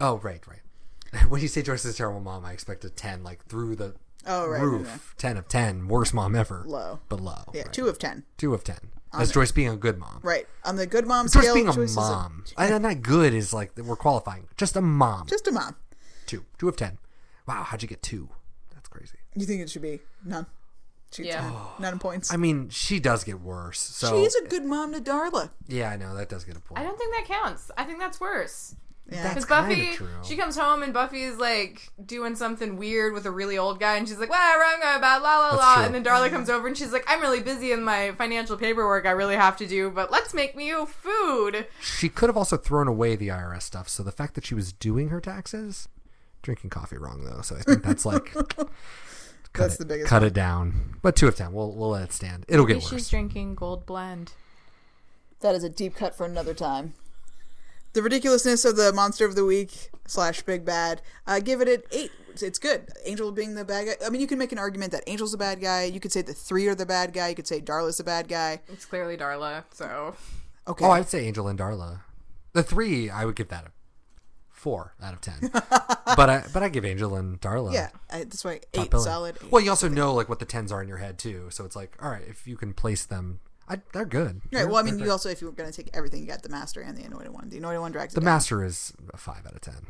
Speaker 2: Oh, right, [laughs] right. When you say Joyce is a terrible mom, I expect a 10, like through the
Speaker 1: Oh, right, right,
Speaker 2: roof.
Speaker 1: right.
Speaker 2: 10 of 10. Worst mom ever.
Speaker 1: Low.
Speaker 2: But low.
Speaker 1: Yeah, two of ten.
Speaker 2: 2 of 10.
Speaker 1: On
Speaker 2: That's
Speaker 1: it.
Speaker 2: Joyce being a good mom.
Speaker 1: Right on the good mom
Speaker 2: Joyce
Speaker 1: scale.
Speaker 2: being a
Speaker 1: Joyce is [laughs]
Speaker 2: mom. I, not good is like, we're qualifying. Just a mom.
Speaker 1: just a mom.
Speaker 2: two. Two of 10. Wow, how'd you get two? That's crazy.
Speaker 1: You think it should be none? She's
Speaker 3: Yeah.
Speaker 1: not nine points.
Speaker 2: I mean, she does get worse. So
Speaker 1: She's a good mom to Darla.
Speaker 2: yeah, I know that does get a point.
Speaker 3: I don't think that counts. I think that's worse.
Speaker 1: Yeah.
Speaker 2: That's
Speaker 3: Buffy,
Speaker 2: kinda true.
Speaker 3: she comes home and Buffy's like doing something weird with a really old guy, and she's like, "Well, wrong about la la
Speaker 2: That's
Speaker 3: la,"
Speaker 2: true.
Speaker 3: and then Darla comes over and she's like, "I'm really busy in my financial paperwork. I really have to do, but let's make me food."
Speaker 2: She could have also thrown away the IRS stuff. So the fact that she was doing her taxes, drinking coffee wrong though. So I think
Speaker 1: [laughs]
Speaker 2: that's like cut
Speaker 1: That's
Speaker 2: it,
Speaker 1: the biggest
Speaker 2: cut
Speaker 1: one.
Speaker 2: it down. But two of ten, we'll we'll let it stand. It'll
Speaker 3: Maybe
Speaker 2: get worse.
Speaker 3: She's drinking Gold Blend.
Speaker 1: That is a deep cut for another time. The ridiculousness of the monster of the week slash big bad. Uh, give it an eight. It's good. Angel being the bad guy. I mean, you can make an argument that Angel's the bad guy. You could say the three are the bad guy. You could say Darla's the bad guy.
Speaker 3: It's clearly Darla, so
Speaker 1: Okay.
Speaker 2: Oh, I'd say Angel and Darla. The three, I would give that a four out
Speaker 1: [laughs]
Speaker 2: of ten. but I but I give Angel and Darla.
Speaker 1: yeah, I, that's why
Speaker 2: top
Speaker 1: eight
Speaker 2: billing.
Speaker 1: solid. Eight.
Speaker 2: Well, you also know like what the tens are in your head too, so it's like all right if you can place them, I, they're good.
Speaker 1: Right.
Speaker 2: They're-
Speaker 1: Well, I mean,
Speaker 2: they're
Speaker 1: you
Speaker 2: good.
Speaker 1: also if you were going to take everything, you got the master and the anointed one. The anointed one drags it
Speaker 2: the
Speaker 1: down.
Speaker 2: master is a five out of ten.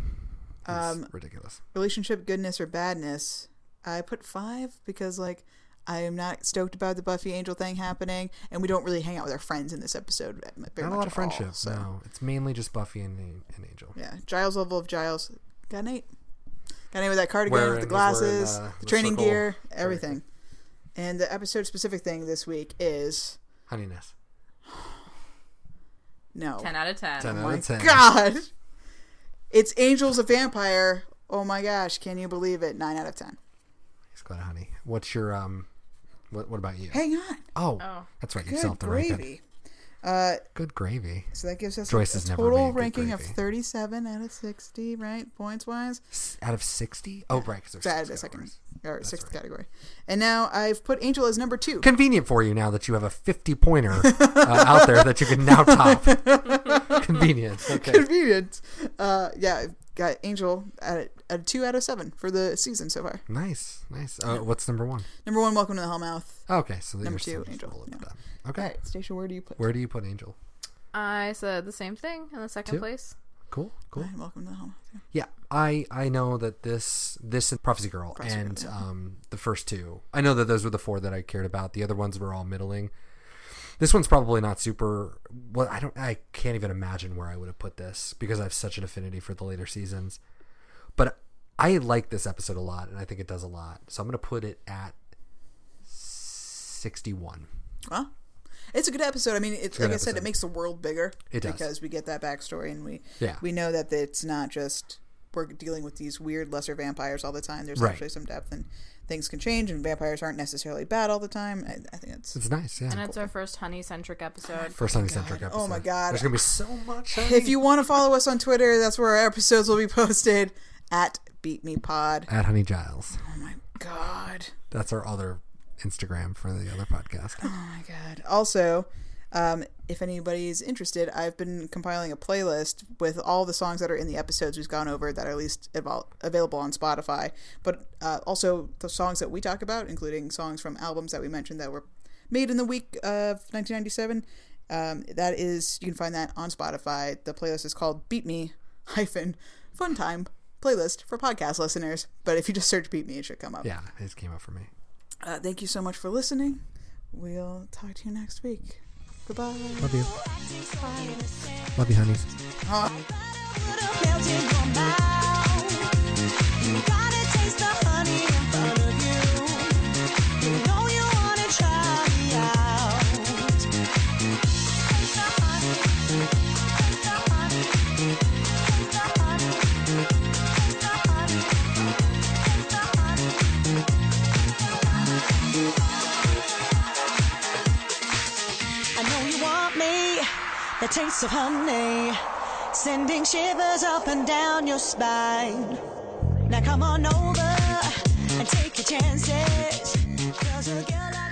Speaker 1: Um,
Speaker 2: It's ridiculous.
Speaker 1: Relationship goodness or badness. I put five because like I am not stoked about the Buffy Angel thing happening, and we don't really hang out with our friends in this episode. Very
Speaker 2: Not a
Speaker 1: much
Speaker 2: lot
Speaker 1: at
Speaker 2: of friendship.
Speaker 1: all, so.
Speaker 2: No, it's mainly just Buffy and, and Angel.
Speaker 1: Yeah, Giles level of Giles. Got an eight. Got an eight with that cardigan,
Speaker 2: Wearing-
Speaker 1: with the
Speaker 2: wearing,
Speaker 1: glasses,
Speaker 2: uh,
Speaker 1: the
Speaker 2: the
Speaker 1: training
Speaker 2: circle.
Speaker 1: gear, everything. And the episode specific thing this week is
Speaker 2: Honey Nest.
Speaker 1: no
Speaker 3: ten out of ten.
Speaker 2: Ten
Speaker 1: Oh
Speaker 2: out
Speaker 1: my
Speaker 2: of ten.
Speaker 1: God, it's Angel's a vampire. Oh my gosh, can you believe it? Nine out of ten.
Speaker 2: Just glad, honey. What's your um? What What about you?
Speaker 1: Hang on.
Speaker 2: Oh, that's right. You still have
Speaker 1: Good
Speaker 2: to rank it.
Speaker 1: gravy. Uh,
Speaker 2: Good gravy.
Speaker 1: so that gives us
Speaker 2: Joyce
Speaker 1: a,
Speaker 2: has never
Speaker 1: total
Speaker 2: made good
Speaker 1: ranking of
Speaker 2: gravy.
Speaker 1: thirty-seven out of sixty, right? Points wise.
Speaker 2: Out of sixty. Oh, right. 'cause there's
Speaker 1: So out of
Speaker 2: six
Speaker 1: the second or sixth category. And now I've put Angel as number two. [laughs]
Speaker 2: convenient for you now that you have a 50 pointer uh, out there that you can
Speaker 1: [laughs]
Speaker 2: now top. convenient. Okay.
Speaker 1: Convenient. Uh, yeah, I've got Angel at a, a two out of seven for the season so far.
Speaker 2: Nice. Nice. Uh, what's number one?
Speaker 1: Number one, Welcome to the Hellmouth.
Speaker 2: Okay. So
Speaker 1: Number
Speaker 2: you're
Speaker 1: two,
Speaker 2: still just
Speaker 1: Angel.
Speaker 2: a little
Speaker 1: Yeah.
Speaker 2: bit down. Okay.
Speaker 1: All right, Stacia, where do you put?
Speaker 2: Where do you put Angel?
Speaker 3: I said the same thing in the second
Speaker 2: Two?
Speaker 3: place.
Speaker 2: Cool. Cool.
Speaker 1: Fine, Welcome to the Hellmouth. yeah.
Speaker 2: Yeah, I I know that this this and Prophecy Girl and um the first two. I know that those were the four that I cared about. The other ones were all middling. This one's probably not super. Well, I don't. I can't even imagine where I would have put this because I have such an affinity for the later seasons. But I like this episode a lot, and I think it does a lot. So I'm gonna put it at sixty-one.
Speaker 1: Well, it's a good episode. I mean, it's
Speaker 2: a
Speaker 1: like
Speaker 2: good
Speaker 1: I said, it
Speaker 2: episode.
Speaker 1: makes the world bigger.
Speaker 2: It does.
Speaker 1: because we get that backstory and we
Speaker 2: Yeah.
Speaker 1: we know that it's not just we're dealing with these weird lesser vampires all the time. There's
Speaker 2: Right.
Speaker 1: actually some depth and things can change, and vampires aren't necessarily bad all the time. I, I think it's
Speaker 2: It's nice, yeah.
Speaker 3: And it's our first honey centric episode.
Speaker 2: First honey centric episode.
Speaker 1: Oh my god!
Speaker 2: There's gonna be so much.
Speaker 1: If you want to follow us on Twitter, that's where our episodes will be [laughs] posted at Beat Me Pod.
Speaker 2: at Honey Giles.
Speaker 1: God.
Speaker 2: That's our other Instagram for the other podcast.
Speaker 1: Oh my god. Also, um, if anybody's interested, I've been compiling a playlist with all the songs that are in the episodes we've gone over that are at least avol- available on Spotify, but uh, also the songs that we talk about, including songs from albums that we mentioned that were made in the week of 1997. Um, that is, you can find that on Spotify. The playlist is called Beat Me hyphen Fun Time playlist for podcast listeners. But if you just search Beat Me, it should come up.
Speaker 2: Yeah, it came up for me.
Speaker 1: Uh, thank you so much for listening. We'll talk to you next week. Goodbye.
Speaker 2: Love you. Love you, honeys.
Speaker 1: Huh?
Speaker 15: I know you want me, the taste of honey, sending shivers up and down your spine. Now come on over and take your chances, 'cause a girl like